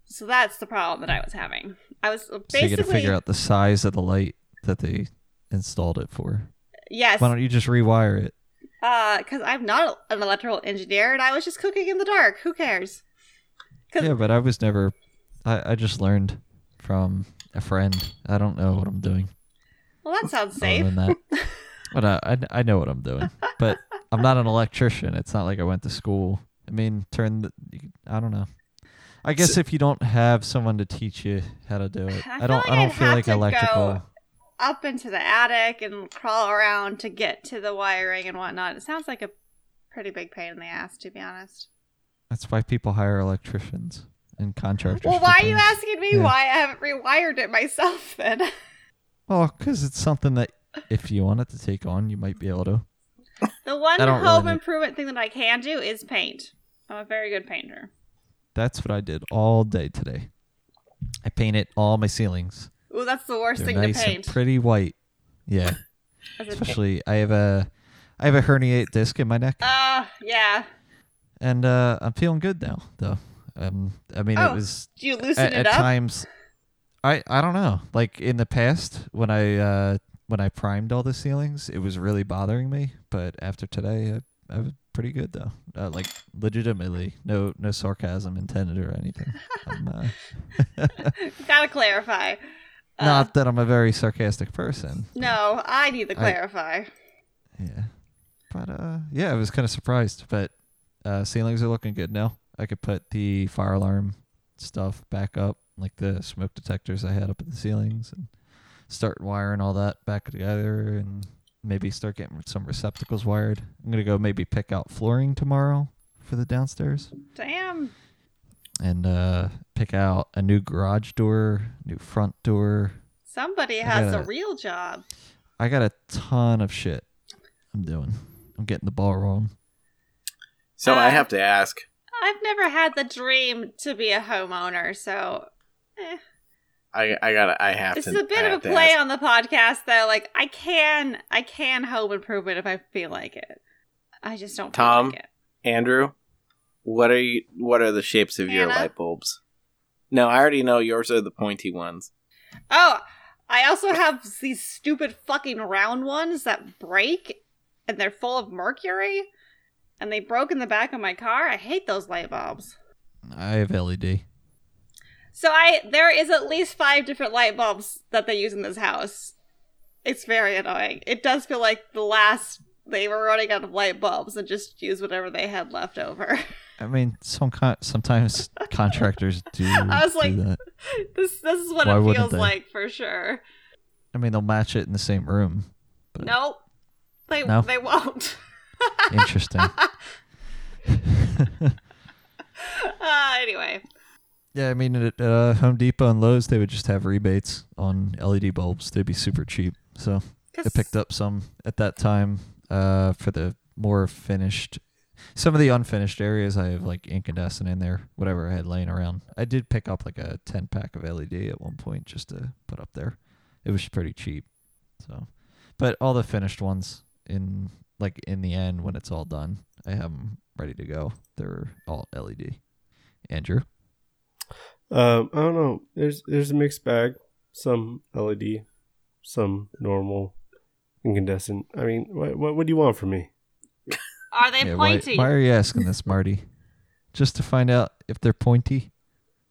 A: So that's the problem that I was having. I was
C: So you got to
A: basically
C: figure out the size of the light that they installed it for.
A: yes,
C: Why don't you just rewire it?
A: because I'm not an electrical engineer, and I was just cooking in the dark. Who cares? 'Cause-
C: Yeah, but I was never. I, I just learned from a friend. I don't know what I'm doing.
A: Well, that sounds
C: other
A: safe. <laughs>
C: than that. but uh, I, I, I know what I'm doing. But I'm not an electrician. It's not like I went to school. I mean, turn the. I don't know. I guess
B: So-
C: if you don't have someone to teach you how to do it,
A: I
C: I,
A: feel
C: don't.
A: like
C: I
A: I'd
C: don't feel
A: have
C: like
A: to go-
C: electrical.
A: Up into the attic and crawl around to get to the wiring and whatnot. It sounds like a pretty big pain in the ass, to be honest.
C: That's why people hire electricians and contractors.
A: Well,
C: for
A: why are you
C: things.
A: asking me
C: Yeah.
A: why I haven't rewired it myself then? <laughs>
C: Well, because it's something that if you wanted to take on, you might be able to.
A: The one
C: I don't
A: home
C: really need-
A: improvement thing that I can do is paint. I'm a very good painter.
C: That's what I did all day today. I painted all my ceilings.
A: Ooh, that's the worst
C: They're
A: thing
C: nice
A: to
C: and
A: paint.
C: pretty white. Yeah.
A: As <laughs> a-
C: especially I have a I have a herniate disc in my neck,
A: Uh, yeah.
C: and uh, I'm feeling good now. Though, um, I mean,
A: Oh,
C: it was
A: Do you loosen
C: at,
A: it
C: at
A: up?
C: times. I I don't know. Like in the past, when I uh, when I primed all the ceilings, it was really bothering me. But after today, I, I was pretty good though. Uh, like legitimately, no no sarcasm intended or
A: <laughs>
C: anything. I'm, uh,
A: Gotta clarify. Uh,
C: not that I'm a very sarcastic person.
A: no, I need to
C: I-
A: clarify.
C: Yeah. But uh yeah, I was kind of surprised, but uh ceilings are looking good now. I could put the fire alarm stuff back up, like the smoke detectors I had up in the ceilings and start wiring all that back together and maybe start getting some receptacles wired. I'm going to go maybe pick out flooring tomorrow for the downstairs
A: Damn.
C: and uh pick out a new garage door, new front door.
A: Somebody
C: I
A: has a
C: gotta-
A: real job.
C: I got a ton of shit I'm doing. I'm getting the ball rolling.
B: So I
A: Uh,
B: have to ask.
A: I've never had the dream to be a homeowner, so
B: I I gotta. I have
A: this
B: to.
A: is a bit of
B: I
A: a
B: have to
A: play
B: ask.
A: on the podcast though. Like I can I can home improvement if I feel like it. I just don't feel
B: Tom?
A: like it.
B: Andrew, what are you? What are the shapes of your
A: Hannah?
B: light bulbs? No, I already know yours are the pointy ones.
A: Oh, I also have these stupid fucking round ones that break and they're full of mercury and they broke in the back of my car. I hate those light bulbs.
C: I have E LED.
A: So I there is at least 5 different light bulbs that they use in this house. It's very annoying. It does feel like the last they were running out of light bulbs and just used whatever they had left over. <laughs>
C: I mean, some con- sometimes contractors do.
A: <laughs> I was
C: do
A: like-
C: that.
A: This this is what
C: Why
A: it
C: wouldn't
A: feels
C: they?
A: like for sure.
C: I mean, they'll match it in the same
A: <laughs>
C: room. But
A: Nope. They
C: No.
A: they won't. <laughs>
C: Interesting.
A: uh, anyway.
C: yeah, I mean, at uh, Home Depot and Lowe's, they would just have rebates on LED bulbs. They'd be super cheap. So I picked up some at that time uh, for the more finished. Some of the unfinished areas, I have like incandescent in there, whatever I had laying around. I did pick up like a 10 pack of LED at one point just to put up there. It was pretty cheap. So, but all the finished ones in like in the end when it's all done, I have them ready to go. They're all LED. Andrew,
D: Um, I don't know. There's there's a mixed bag. Some LED, some normal, incandescent. I mean, what what, what do you want from me?
A: Are they
C: Yeah, why,
A: pointy?
C: why are you asking this, Marty? just to find out if they're pointy.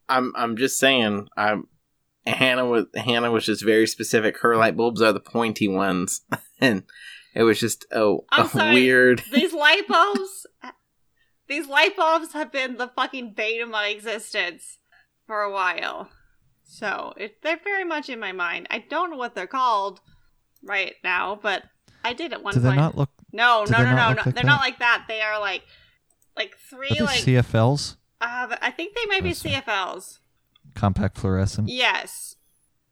B: I'm I'm just saying. I'm Hannah was Hannah was just very specific. Her light bulbs are the pointy ones, <laughs> and it was just a,
A: I'm
B: a
A: sorry.
B: weird.
A: these light bulbs these light bulbs have been the fucking bane of my existence for a while. So it, they're very much in my mind. I don't know what they're called right now, but I did at one
C: Do they
A: point.
C: not look
A: No,
C: Do
A: no,
C: they
A: no,
C: not
A: no,
C: look
A: no.
C: like
A: They're not
C: that?
A: like that. They are like like three
C: Are they
A: like
C: CFLs?
A: uh, I think they might be
C: Those are-
A: CFLs.
C: Compact fluorescent,
A: Yes,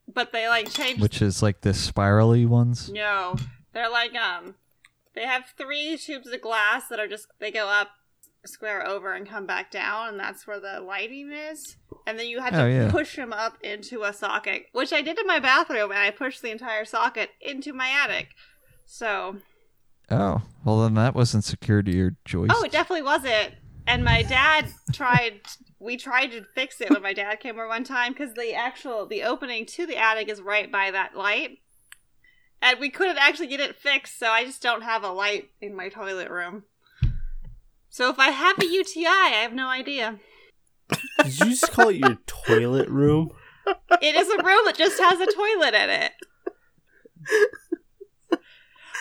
A: but they like changed.
C: which is like the spirally ones.
A: No, they're like um, they have three tubes of glass that are just they go up, square over, and come back down, and that's where the lighting is. And then you had to
C: Oh, yeah.
A: push them up into a socket, which I did in my bathroom, and I pushed the entire socket into my attic. So
C: Oh, well then that wasn't secured to your joist.
A: Oh, it definitely wasn't. And my dad tried. We tried to fix it when my dad came over one time because the actual the opening to the attic is right by that light, and we couldn't actually get it fixed. So I just don't have a light in my toilet room. So if I have a UTI, I have no idea.
D: Did you just call
C: <laughs>
D: it your toilet room?
A: It is a room that just has a toilet in it.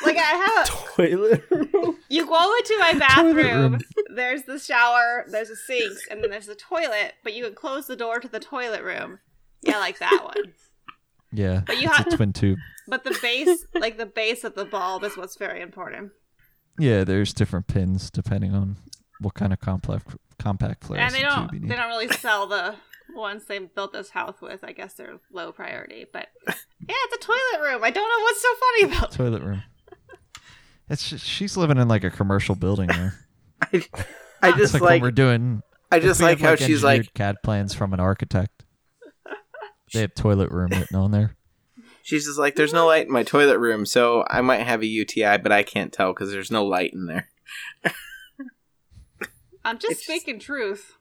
A: Like I have
D: Toilet room?
A: You go into my
C: <laughs> Toilet
A: bathroom.
C: room.
A: There's the shower. There's a sink, and then there's the toilet. But you can close the door to the toilet room. Yeah, like that one.
C: yeah.
A: But you
C: It's
A: have,
C: a twin tube.
A: but the base, like the base of the bulb, is what's very important.
C: Yeah, there's different pins depending on what kind of complex compact
A: And
C: fluorescent
A: they don't,
C: tube you
A: they
C: need.
A: don't really sell the ones they built this house with. I guess they're low priority. But yeah, it's a toilet room. I don't know what's so funny about.
C: Toilet room. It's just, she's living in like a commercial building there.
B: I, I <laughs>
C: It's
B: just
C: like,
B: like,
C: what we're doing.
B: I just
C: We
B: like
C: have,
B: how she's
C: engineered
B: like
C: CAD plans from
A: <laughs>
C: an architect. They have toilet room written on there.
B: she's just like there's no light in my toilet room, so I might have a UTI, but I can't tell because there's no light in there.
A: I'm just
B: It's just-
A: speaking truth.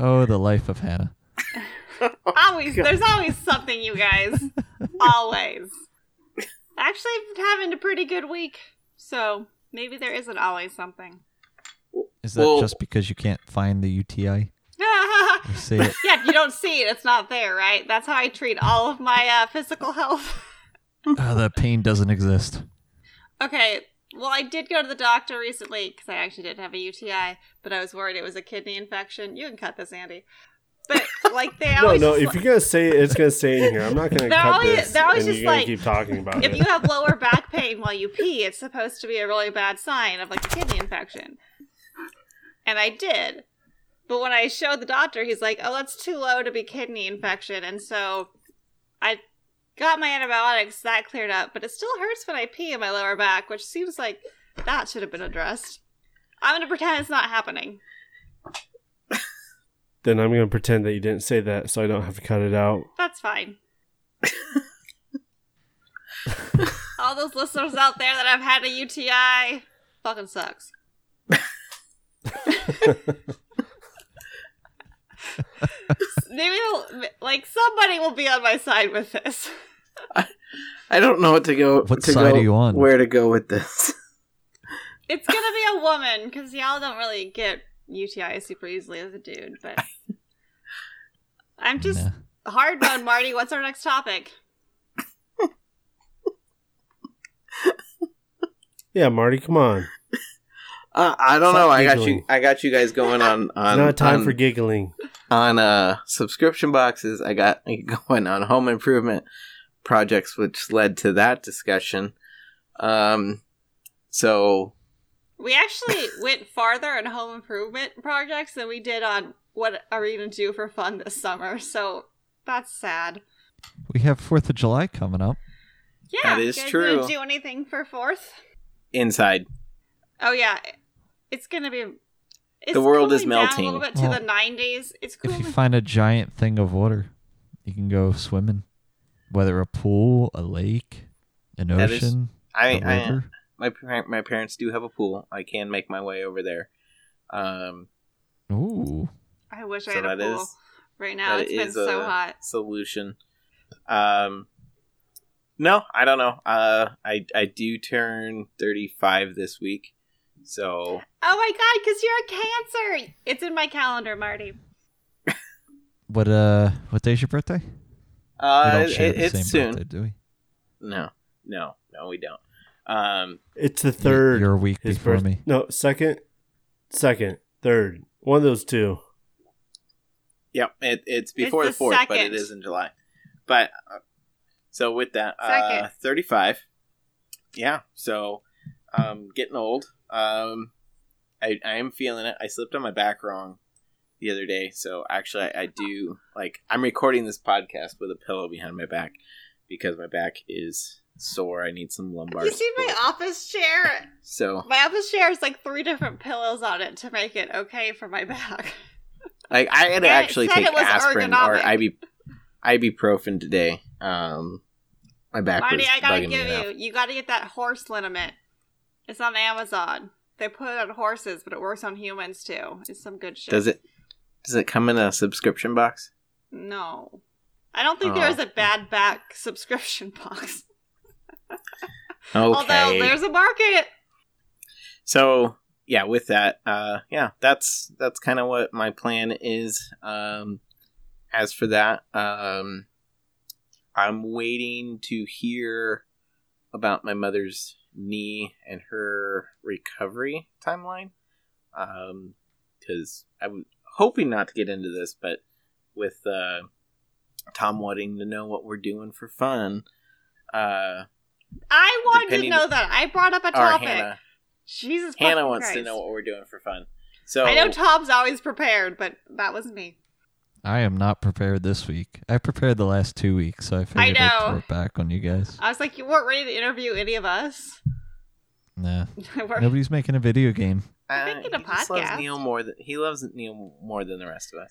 C: Oh, the life of Hannah.
A: Always, there's always something, you
D: <laughs>
A: guys. always. Actually, I've been having a pretty good week, so maybe there isn't always something. <laughs>
C: Is that
B: Well-
C: just because you can't find the UTI?
A: yeah,
C: You see it.
A: if you don't see it, it's not there, right? That's how I treat all of my uh, physical health. <laughs>
C: Oh, that pain doesn't exist.
A: okay, well, I did go to the doctor recently because I actually did have a UTI, but I was worried it was a kidney infection. You can cut this, Andy. But like they
D: <laughs> No,
A: always
D: no.
A: just,
D: If
A: like-
D: you're gonna say it, it's gonna stay in here. I'm not gonna
A: They're
D: cut
A: always-
D: this.
A: they're always
D: and you're
A: just
D: gonna
A: like,
D: keep talking about
A: if
D: it.
A: you
D: <laughs>
A: have lower back pain while you pee, it's supposed to be a really bad sign of like a kidney infection. And I did. But when I showed the doctor, he's like, "Oh, that's too low to be kidney infection." And so I got my antibiotics, that cleared up, but it still hurts when I pee in my lower back, which seems like that should have been addressed. I'm going to pretend it's not happening.
D: Then I'm gonna pretend that you didn't say that, so I don't have to cut it out.
A: That's fine. All those listeners out there that have had a UTI fucking sucks. Maybe they'll- like somebody will be on my side with this.
B: I don't know what to go.
C: What
B: to
C: side
B: go-
C: are you on?
B: Where to go with this? <laughs>
A: It's gonna be a woman because y'all don't really get UTIs super easily as a dude. But I'm just
C: Nah.
A: hard mode, Marty. What's our next topic?
D: Yeah, Marty, come on.
B: Uh, I don't
D: Stop
B: know. I got
D: giggling.
B: you. I got you guys going on
D: It's
B: on
D: not time
B: on,
D: for giggling.
B: on uh subscription boxes. I got you <laughs> going on home improvement projects, which led to that discussion. Um, so
A: We
B: <laughs>
A: actually went farther in home improvement projects than we did on what are we going to do for fun this summer. So that's sad.
C: We have Fourth of July coming up.
A: Yeah,
B: That is
A: you guys
B: true.
A: Gonna do anything for Fourth?
B: inside,
A: Oh yeah, it's gonna be. It's
B: The world is
A: cooling down
B: melting.
A: a little bit to
C: Well,
A: the nineties. It's
C: Oh. If
A: cooling.
C: you find a giant thing of water, you can go swimming. Whether a pool, a lake, an
B: That is-
C: ocean,
B: I,
C: a
B: I
C: river.
B: my par- my parents do have a pool. I can make my way over there. Um,
C: Ooh.
A: I wish I
B: so
A: had a
B: that
A: pool
B: is-
A: right now.
B: that
A: It's been
B: is
A: so
B: a-
A: hot.
B: solution. Um, no, I don't know. Uh, I I do turn thirty five this week, so
A: Oh my god, because you're a Cancer. It's in my calendar, Marty.
C: What uh what day's your birthday? we
B: uh,
C: don't share
B: it,
C: the same
B: it's soon.
C: birthday, do we?
B: No, no, no, we don't. Um,
D: It's the third.
C: You're a week
D: his
C: before
D: birth-
C: me.
D: No, second, second, third. One of those two.
B: yep, it, it's before
A: It's
B: the
A: the
B: fourth, but it
A: second.
B: is in July. But uh, so with that, uh,
A: Second.
B: thirty five. Yeah, so um, getting old. Um, I I am feeling it. I slipped on my back wrong the other day, so actually I, I do like I'm recording this podcast with a pillow behind my back because my back is sore. I need some lumbar.
A: You see my
B: support.
A: office chair?
B: So
A: My office chair has like three different pillows on it to make it okay for my back.
B: Like I had
A: And
B: to
A: it
B: actually
A: said
B: take
A: it was
B: aspirin or
A: ergonomic.
B: IB, ibuprofen today. Um, my back
A: Marty,
B: was
A: I gotta
B: bugging
A: give
B: me
A: you.
B: out.
A: You gotta get that horse liniment. It's on Amazon. They put it on horses, but it works on humans too. It's some good shit.
B: Does it? Does it come in a subscription box?
A: No. I don't think there
B: Oh.
A: is a bad back subscription <laughs> box. Although
B: Okay.
A: there's a market.
B: So yeah, with that, uh, yeah, that's that's kind of what my plan is. Um, as for that, um, I'm waiting to hear about my mother's knee and her recovery timeline. Um, because I'm hoping not to get into this, but with uh, Tom wanting to know what we're doing for fun, uh,
A: I wanted
B: Depending-
A: to know that. I brought up a
B: or
A: topic.
B: Hannah,
A: Jesus
B: Hannah
A: fucking
B: wants to
A: Christ.
B: know what we're doing for fun. So
A: I know Tom's always prepared, but that was me.
C: I am not prepared this week. I prepared the last two weeks, so I figured I would
A: know.
C: report back on you
B: Uh,
C: guys.
A: I was like, you weren't ready to interview any of us. <laughs>
C: Nah,
A: I work-
C: nobody's making a video game.
A: I think in a
B: he just loves
A: podcast.
B: Neil more than he loves Neil more than the rest of us.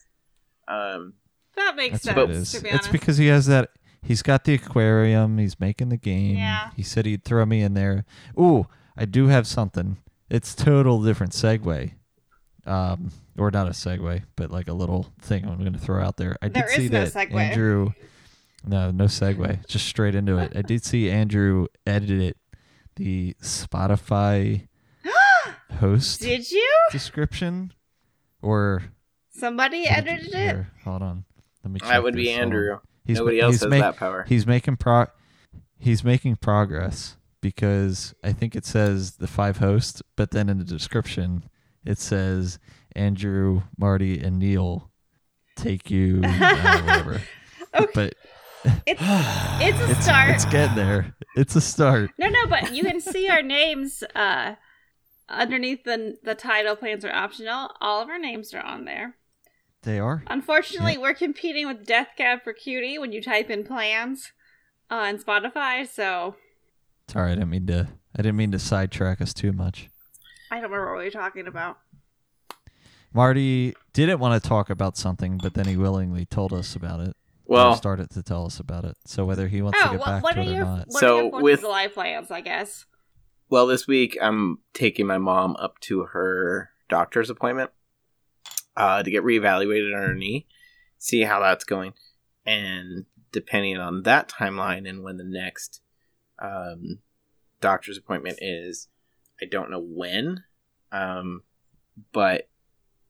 B: Um,
A: That makes
C: That's what it
A: sense,
C: is.
A: to be
C: It's
A: honest.
C: because he has that. He's got the aquarium. He's making the game.
A: Yeah.
C: He said he'd throw me in there. Ooh, I do have something. It's total different segue, um, or not a segue, but like a little thing I'm going to throw out there. I
A: There
C: did
A: is
C: see
A: no
C: that
A: segue.
C: Andrew. No, no segue. Just straight into it. I did see Andrew edited the
A: <gasps>
C: Spotify host
A: Did you?
C: description, or
A: Somebody edited it?
C: Here, Hold on, let me.
B: that
C: check
B: would be
C: this. Hold on.
B: Andrew.
C: He's,
B: Nobody
C: ma-
B: else
C: he's
B: has
C: make-
B: that power.
C: He's making pro. He's making progress because I think it says the five hosts, but then in the description it says Andrew, Marty, and Neil take you uh, whatever.
A: <laughs> Okay.
C: But
A: It's a
C: it's
A: start.
C: it's getting there. It's a start.
A: No, no, but you can see our names uh, underneath the the title. Plans are optional. All of our names are on there.
C: They are.
A: Unfortunately, we're competing with Death Cab for Cutie when you type in plans on Spotify. So
C: Sorry, I didn't mean to. I didn't mean to sidetrack us too much.
A: I don't remember what we were talking about.
C: Marty didn't want to talk about something, but then he willingly told us about it. or
B: well,
C: started to tell us about it. So whether he wants to
A: Oh,
C: get
A: what,
C: back
A: what
C: to
A: are
C: it or
A: your
C: not,
A: what
B: So
A: are your Fourth
B: with-
A: of July plans? I guess. <laughs>
B: well, this week I'm taking my mom up to her doctor's appointment uh, to get reevaluated on her knee, see how that's going, and depending on that timeline and when the next um, doctor's appointment is, I don't know when, um, but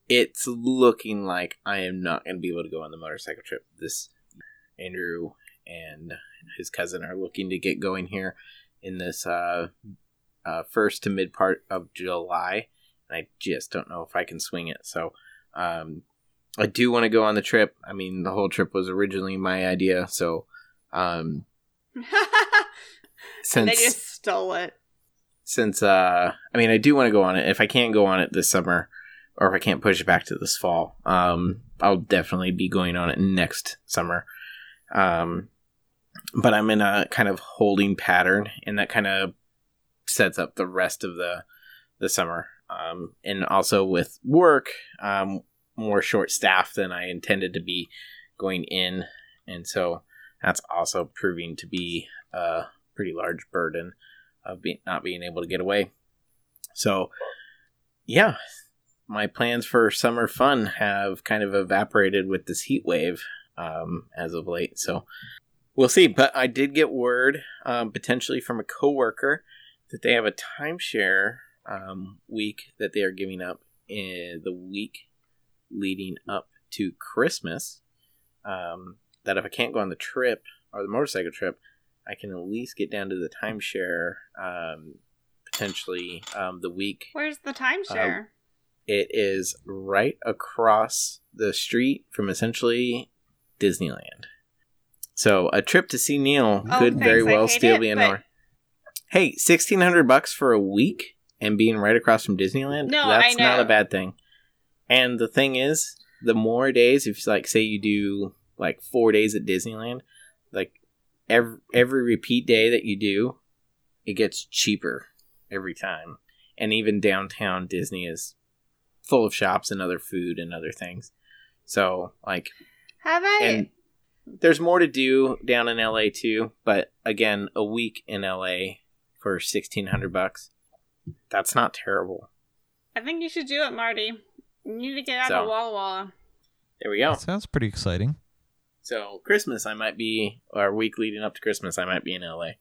B: it's looking like I am not going to be able to go on the motorcycle trip. This Andrew and his cousin are looking to get going here in this uh, uh, first to mid part of July, and I just don't know if I can swing it. So um, I do want to go on the trip. I mean, the whole trip was originally my idea, so um,
A: they
B: since
A: just stole it.
B: since uh I mean I do want to go on it. If I can't go on it this summer or if I can't push it back to this fall, um I'll definitely be going on it next summer. Um but I'm in a kind of holding pattern and that kind of sets up the rest of the the summer. Um and also with work, um more short staff than I intended to be going in and so that's also proving to be a pretty large burden of be- not being able to get away. So, yeah, my plans for summer fun have kind of evaporated with this heat wave um, as of late. So, we'll see. But I did get word um, potentially from a coworker that they have a timeshare um, week that they are giving up in the week leading up to Christmas. Um, that if I can't go on the trip or the motorcycle trip, I can at least get down to the timeshare um, potentially um, the week.
A: Where's the timeshare?
B: Um, It is right across the street from essentially Disneyland. So a trip to see Neil
A: Oh,
B: could very
A: thanks, I
B: well
A: hate
B: still
A: it,
B: be an
A: but-
B: hour. Hey, sixteen hundred bucks for a week? and being right across from Disneyland,
A: No,
B: that's
A: I know.
B: not a bad thing. And the thing is, the more days, if like say you do like four days at Disneyland, like every every repeat day that you do, it gets cheaper every time. And even downtown Disney is full of shops and other food and other things. So like
A: Have I?
B: and there's more to do down in LA too, but again, a week in LA for 1600 bucks. That's not terrible.
A: I think you should do it, Marty. You need to get out
B: So.
A: of Walla Walla.
B: There we go.
C: That sounds pretty exciting.
B: So, Christmas I might be or week leading up to Christmas I might be in LA.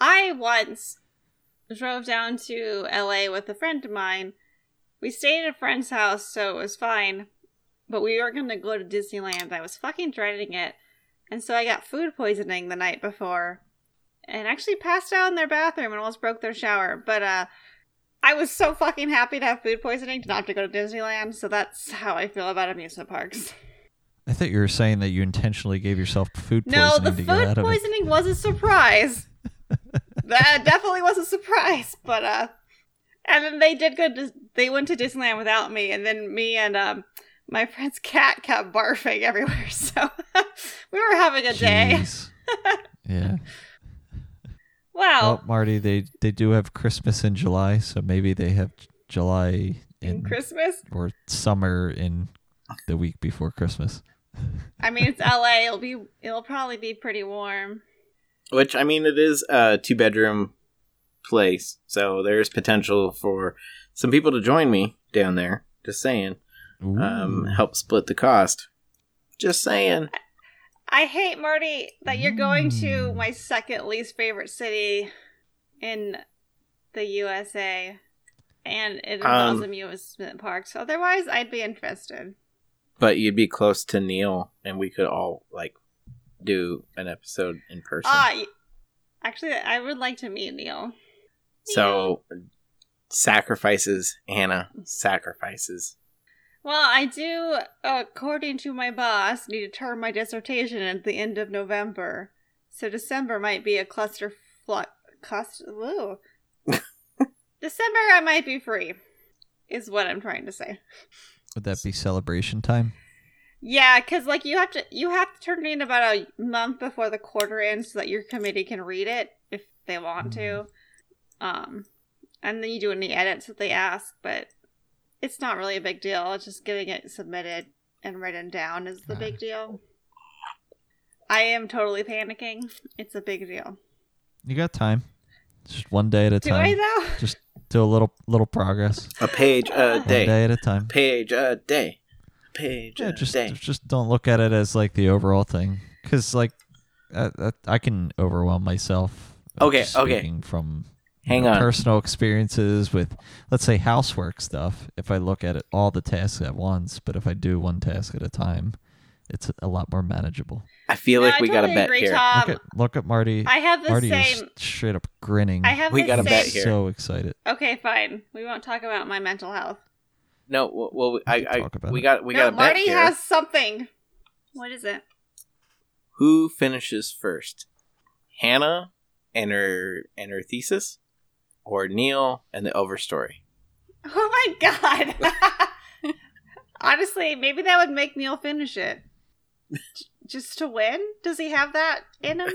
A: I once drove down to LA with a friend of mine. We stayed at a friend's house, so it was fine. But we were going to go to Disneyland. I was fucking dreading it. And so I got food poisoning the night before and actually passed out in their bathroom and almost broke their shower. But uh I was so fucking happy to have food poisoning to not have to go to Disneyland, so that's how I feel about amusement parks. <laughs>
C: I thought you were saying that you intentionally gave yourself food poisoning
A: No, the
C: to get
A: food
C: out of it.
A: poisoning was a surprise.
C: <laughs>
A: that definitely was a surprise, but uh and then they did good they went to Disneyland without me and then me and um my friend's cat kept barfing everywhere. <laughs> So we were having a day. <laughs>
C: Jeez. yeah.
A: Wow.
C: Well, Marty, they they do have Christmas in July, so maybe they have J- July in
A: in Christmas?
C: or summer in the week before Christmas.
A: I mean it's LA, it'll be it'll probably be pretty warm.
B: Which I mean it is a two bedroom place. So, there's potential for some people to join me down there. Just saying. Um
C: Ooh.
B: help split the cost. Just saying.
A: I hate Marty that you're going to
C: Mm.
A: my second least favorite city in the USA, and it involves
B: Um,
A: amusement parks. Otherwise, I'd be interested.
B: But you'd be close to Neil and we could all like do an episode in person.
A: Ah, y actually, I would like to meet Neil.
B: So sacrifices, Hannah sacrifices.
A: Well, I do, according to my boss, need to turn my dissertation at the end of November, so December might be a cluster flux. Cluster, woo. December, I might be free, is what I'm trying to say.
C: Would that be celebration time?
A: Yeah, because like you have to you have to turn it in about a month before the quarter ends so that your committee can read it if they want to.
C: Mm-hmm.
A: Um, and then you do any edits that they ask, but it's not really a big deal. It's just getting it submitted and written down is the
C: Ah.
A: big deal. I am totally panicking. It's a big deal.
C: You got time. Just one day at a
A: Do
C: time.
A: I though?
C: Just do a little little progress.
B: A page a
C: One
B: day.
C: day at a time.
B: Page a day. Page
C: Yeah,
B: a
C: just
B: day.
C: just don't look at it as like the overall thing, because like I, I, I can overwhelm myself. uh,
B: Okay,
C: just
B: okay.
C: Speaking from you
B: Hang
C: know,
B: on.
C: personal experiences with let's say housework stuff. If I look at it all the tasks at once, but if I do one task at a time, it's a lot more manageable.
B: I feel
A: No,
B: like
A: I
B: we got a
A: totally
B: bet
A: agree,
B: here.
A: Tom.
C: look at look at Marty.
A: Um, I have the
C: Marty is
A: same.
C: straight up grinning.
A: I have
B: We
A: the
B: got a
A: same.
B: bet here.
C: So excited.
A: Okay, fine. We won't talk about my mental health.
B: No, well, well I,
C: can
B: I
C: talk about
B: we
C: it.
B: got we
A: no,
B: got a bet
A: Marty
B: here.
A: has something. What is it?
B: Who finishes first? Hannah and her and her thesis, or Neil and the overstory?
A: Oh my god. <laughs> Honestly, maybe that would make Neil finish it. J- Just to win? Does he have that in him?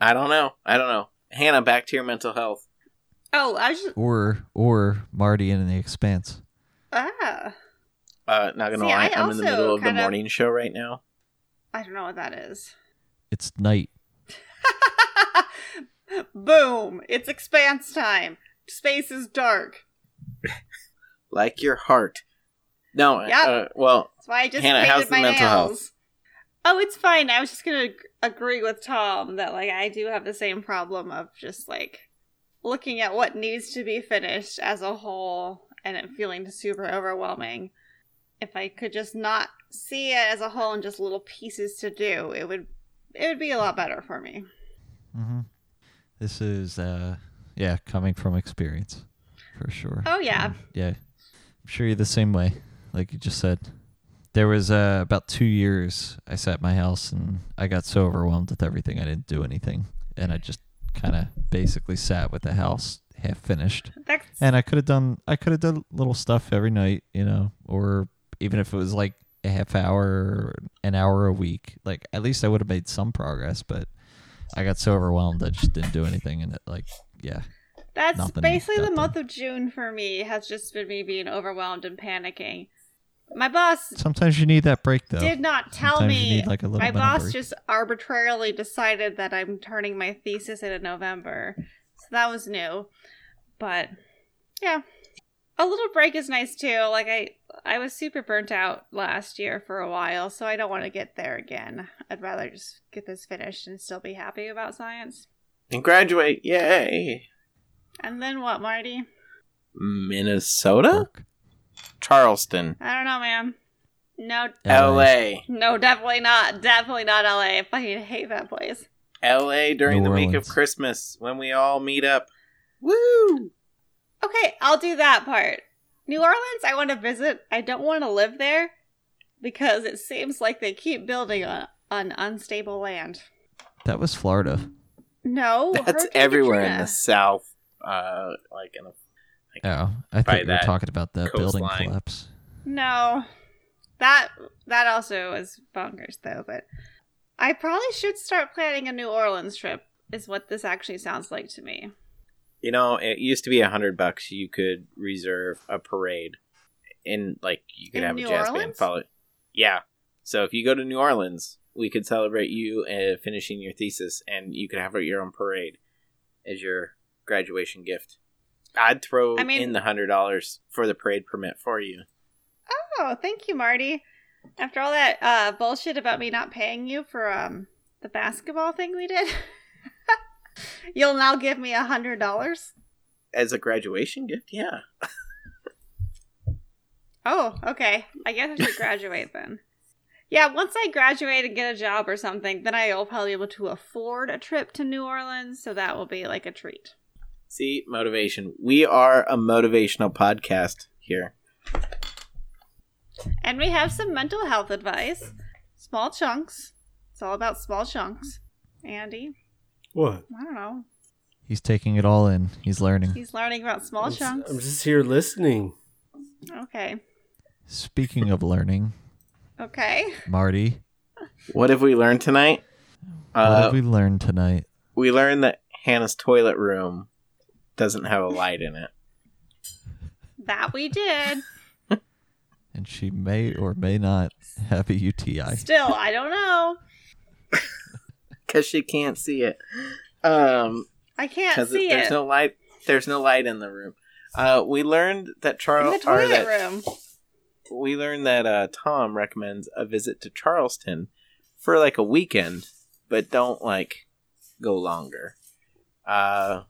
B: I don't know. I don't know. Hannah, back to your mental health.
A: <laughs> Oh, I was just
C: Or or Marty in the expanse.
A: ah,
B: Uh, not gonna
A: See,
B: lie,
A: I
B: I'm in
A: also
B: the middle of the
A: kind of-
B: morning show right now.
A: I don't know what that is. <laughs>
C: It's night.
A: Boom! It's expanse time. Space is dark.
B: like your heart. No,
A: Yep.
B: uh, well,
A: That's why I just
B: Hannah,
A: painted
B: how's the
A: my
B: mental health?
A: nails. Oh, it's fine. I was just gonna ag- agree with Tom that like I do have the same problem of just like looking at what needs to be finished as a whole and it feeling super overwhelming. If I could just not see it as a whole and just little pieces to do, it would it would be a lot better for me.
C: Mm-hmm. This is, uh, yeah, coming from experience, for sure.
A: Oh yeah.
C: Yeah, I'm sure you're the same way. Like you just said, there was uh, about two years I sat at my house and I got so overwhelmed with everything I didn't do anything, and I just kind of basically sat with the house half finished.
A: That's,
C: And I could have done I could have done little stuff every night, you know, or even if it was like a half hour or an hour a week, like at least I would have made some progress, but I got so overwhelmed I just didn't do anything and it like yeah.
A: that's
C: nothing
A: basically
C: got
A: the
C: done.
A: month of June for me has just been me being overwhelmed and panicking. My boss
C: Sometimes you need that break though.
A: did not tell
C: Sometimes
A: me.
C: you need like a little
A: my
C: bit of
A: boss
C: break.
A: just arbitrarily decided that I'm turning my thesis in in November, so that was new. But yeah, a little break is nice too. Like I, I was super burnt out last year for a while, so I don't want to get there again. I'd rather just get this finished and still be happy about science.
B: And graduate. Yay.
A: And then what, Marty?
B: Minnesota?
C: Work.
B: Charleston.
A: I don't know, man. No,
B: LA.
A: no, definitely not. Definitely not LA. I fucking hate that place.
B: LA during
C: New
B: the week of
C: Orleans.
B: Christmas when we all meet up. Woo!
A: Okay, I'll do that part. New Orleans, I want to visit. I don't want to live there because it seems like they keep building on, on unstable land.
C: That was Florida.
A: No,
B: That's
A: Hurricane
B: everywhere in
A: Katrina.
B: the South. Uh, like in a
C: Oh,
B: By
C: I thought we were
B: that
C: talking about that building
B: coastline.
C: collapse.
A: No, that that also was bonkers though. But I probably should start planning a New Orleans trip. Is what this actually sounds like to me.
B: You know, it used to be a hundred bucks. You could reserve a parade, and like you could
A: In
B: have
A: New
B: a jazz band
A: Orleans?
B: follow. Yeah. So if you go to New Orleans, we could celebrate you uh, finishing your thesis, and you could have your own parade as your graduation gift. I'd throw
A: I mean-
B: in the hundred dollars for the parade permit for you.
A: Oh, thank you, Marty. After all that uh, bullshit about me not paying you for um the basketball thing we did, <laughs> you'll now give me a hundred dollars.
B: As a graduation gift, yeah.
A: Oh, okay. I guess
D: <laughs>
A: I should graduate then. Yeah, once I graduate and get a job or something, then I'll probably be able to afford a trip to New Orleans, so that will be like a treat.
B: See, motivation. We are a motivational podcast here.
A: And we have some mental health advice. Small chunks. It's all about small chunks. Andy,
D: What?
A: I don't know.
C: He's taking it all in. He's learning.
A: <laughs> He's learning about small
D: I'm, s-
A: chunks.
D: I'm just here listening.
A: Okay.
C: Speaking of learning,
A: Okay. <laughs>
C: Marty,
B: What have we learned tonight?
C: what
B: Uh,
C: did we learn tonight?
B: we learned that Hannah's toilet room doesn't have a light in it.
A: That we did.
C: And she may or may not have a UTI.
A: Still, I don't know.
B: Because she can't see it. Um,
A: I can't
B: because
A: see
B: there's
A: it.
B: no light. There's no light in the room. Uh, we learned that
A: in
B: Charles.
A: the toilet
B: that,
A: room.
B: We learned that uh, Tom recommends a visit to Charleston for like a weekend, but don't like go longer. Uh,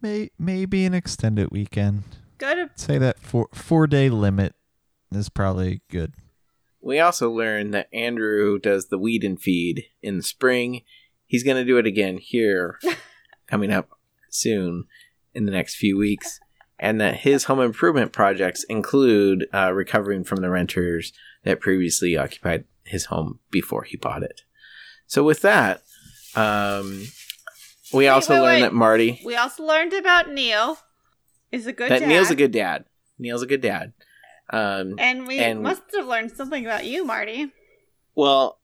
C: May maybe an extended weekend.
A: Go to
C: Say that four four day limit is probably good.
B: we also learned that Andrew does the weed and feed in the spring. He's going to do it
A: <laughs>
B: again here, coming up soon in the next few weeks. And that his home improvement projects include uh, recovering from the renters that previously occupied his home before he bought it. So, with that, um, we
A: Wait,
B: also
A: wait,
B: learned
A: wait.
B: that Marty,
A: We also learned about Neil is a good
B: that
A: dad.
B: Neil's a good dad. Neil's a good dad. Um,
A: and we
B: and-
A: must have learned something about you, Marty.
B: Well,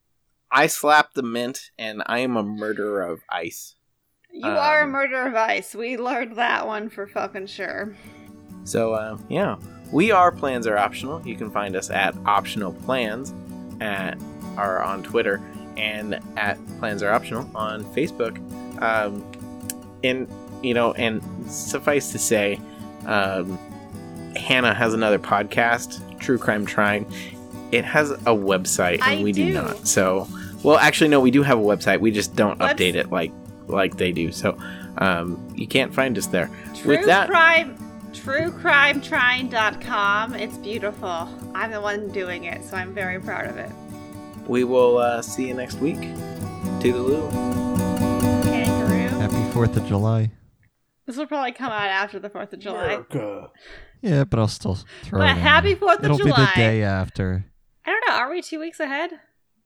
B: I slapped the mint, and I am a murderer of ice.
A: You are a
B: Um,
A: murderer of ice. We learned that one for fucking sure.
B: So, uh, yeah. We are Plans Are Optional. You can find us at Optional Plans at, or on Twitter and at Plans Are Optional on Facebook. Um, and, you know, and suffice to say, um, Hannah has another podcast, True Crime Trying. It has a website, and
A: I
B: we do.
A: do.
B: not. So, well, actually, no, we do have a website. We just don't
A: Webs-
B: update it like like they do. So, um, you can't find us there.
A: True
B: that-
A: crime truecrimetrying.com. It's beautiful. I'm the one doing it, so I'm very proud of it.
B: we will uh, see you next week. Toodaloo.
A: Kangaroo.
C: Happy Fourth of July.
A: This will probably come out after the 4th of July.
D: America.
C: Yeah, but I'll still throw
A: But
C: it. in
A: happy
C: there.
A: 4th of
C: It'll be
A: July.
C: the day after.
A: I don't know. Are we two weeks ahead?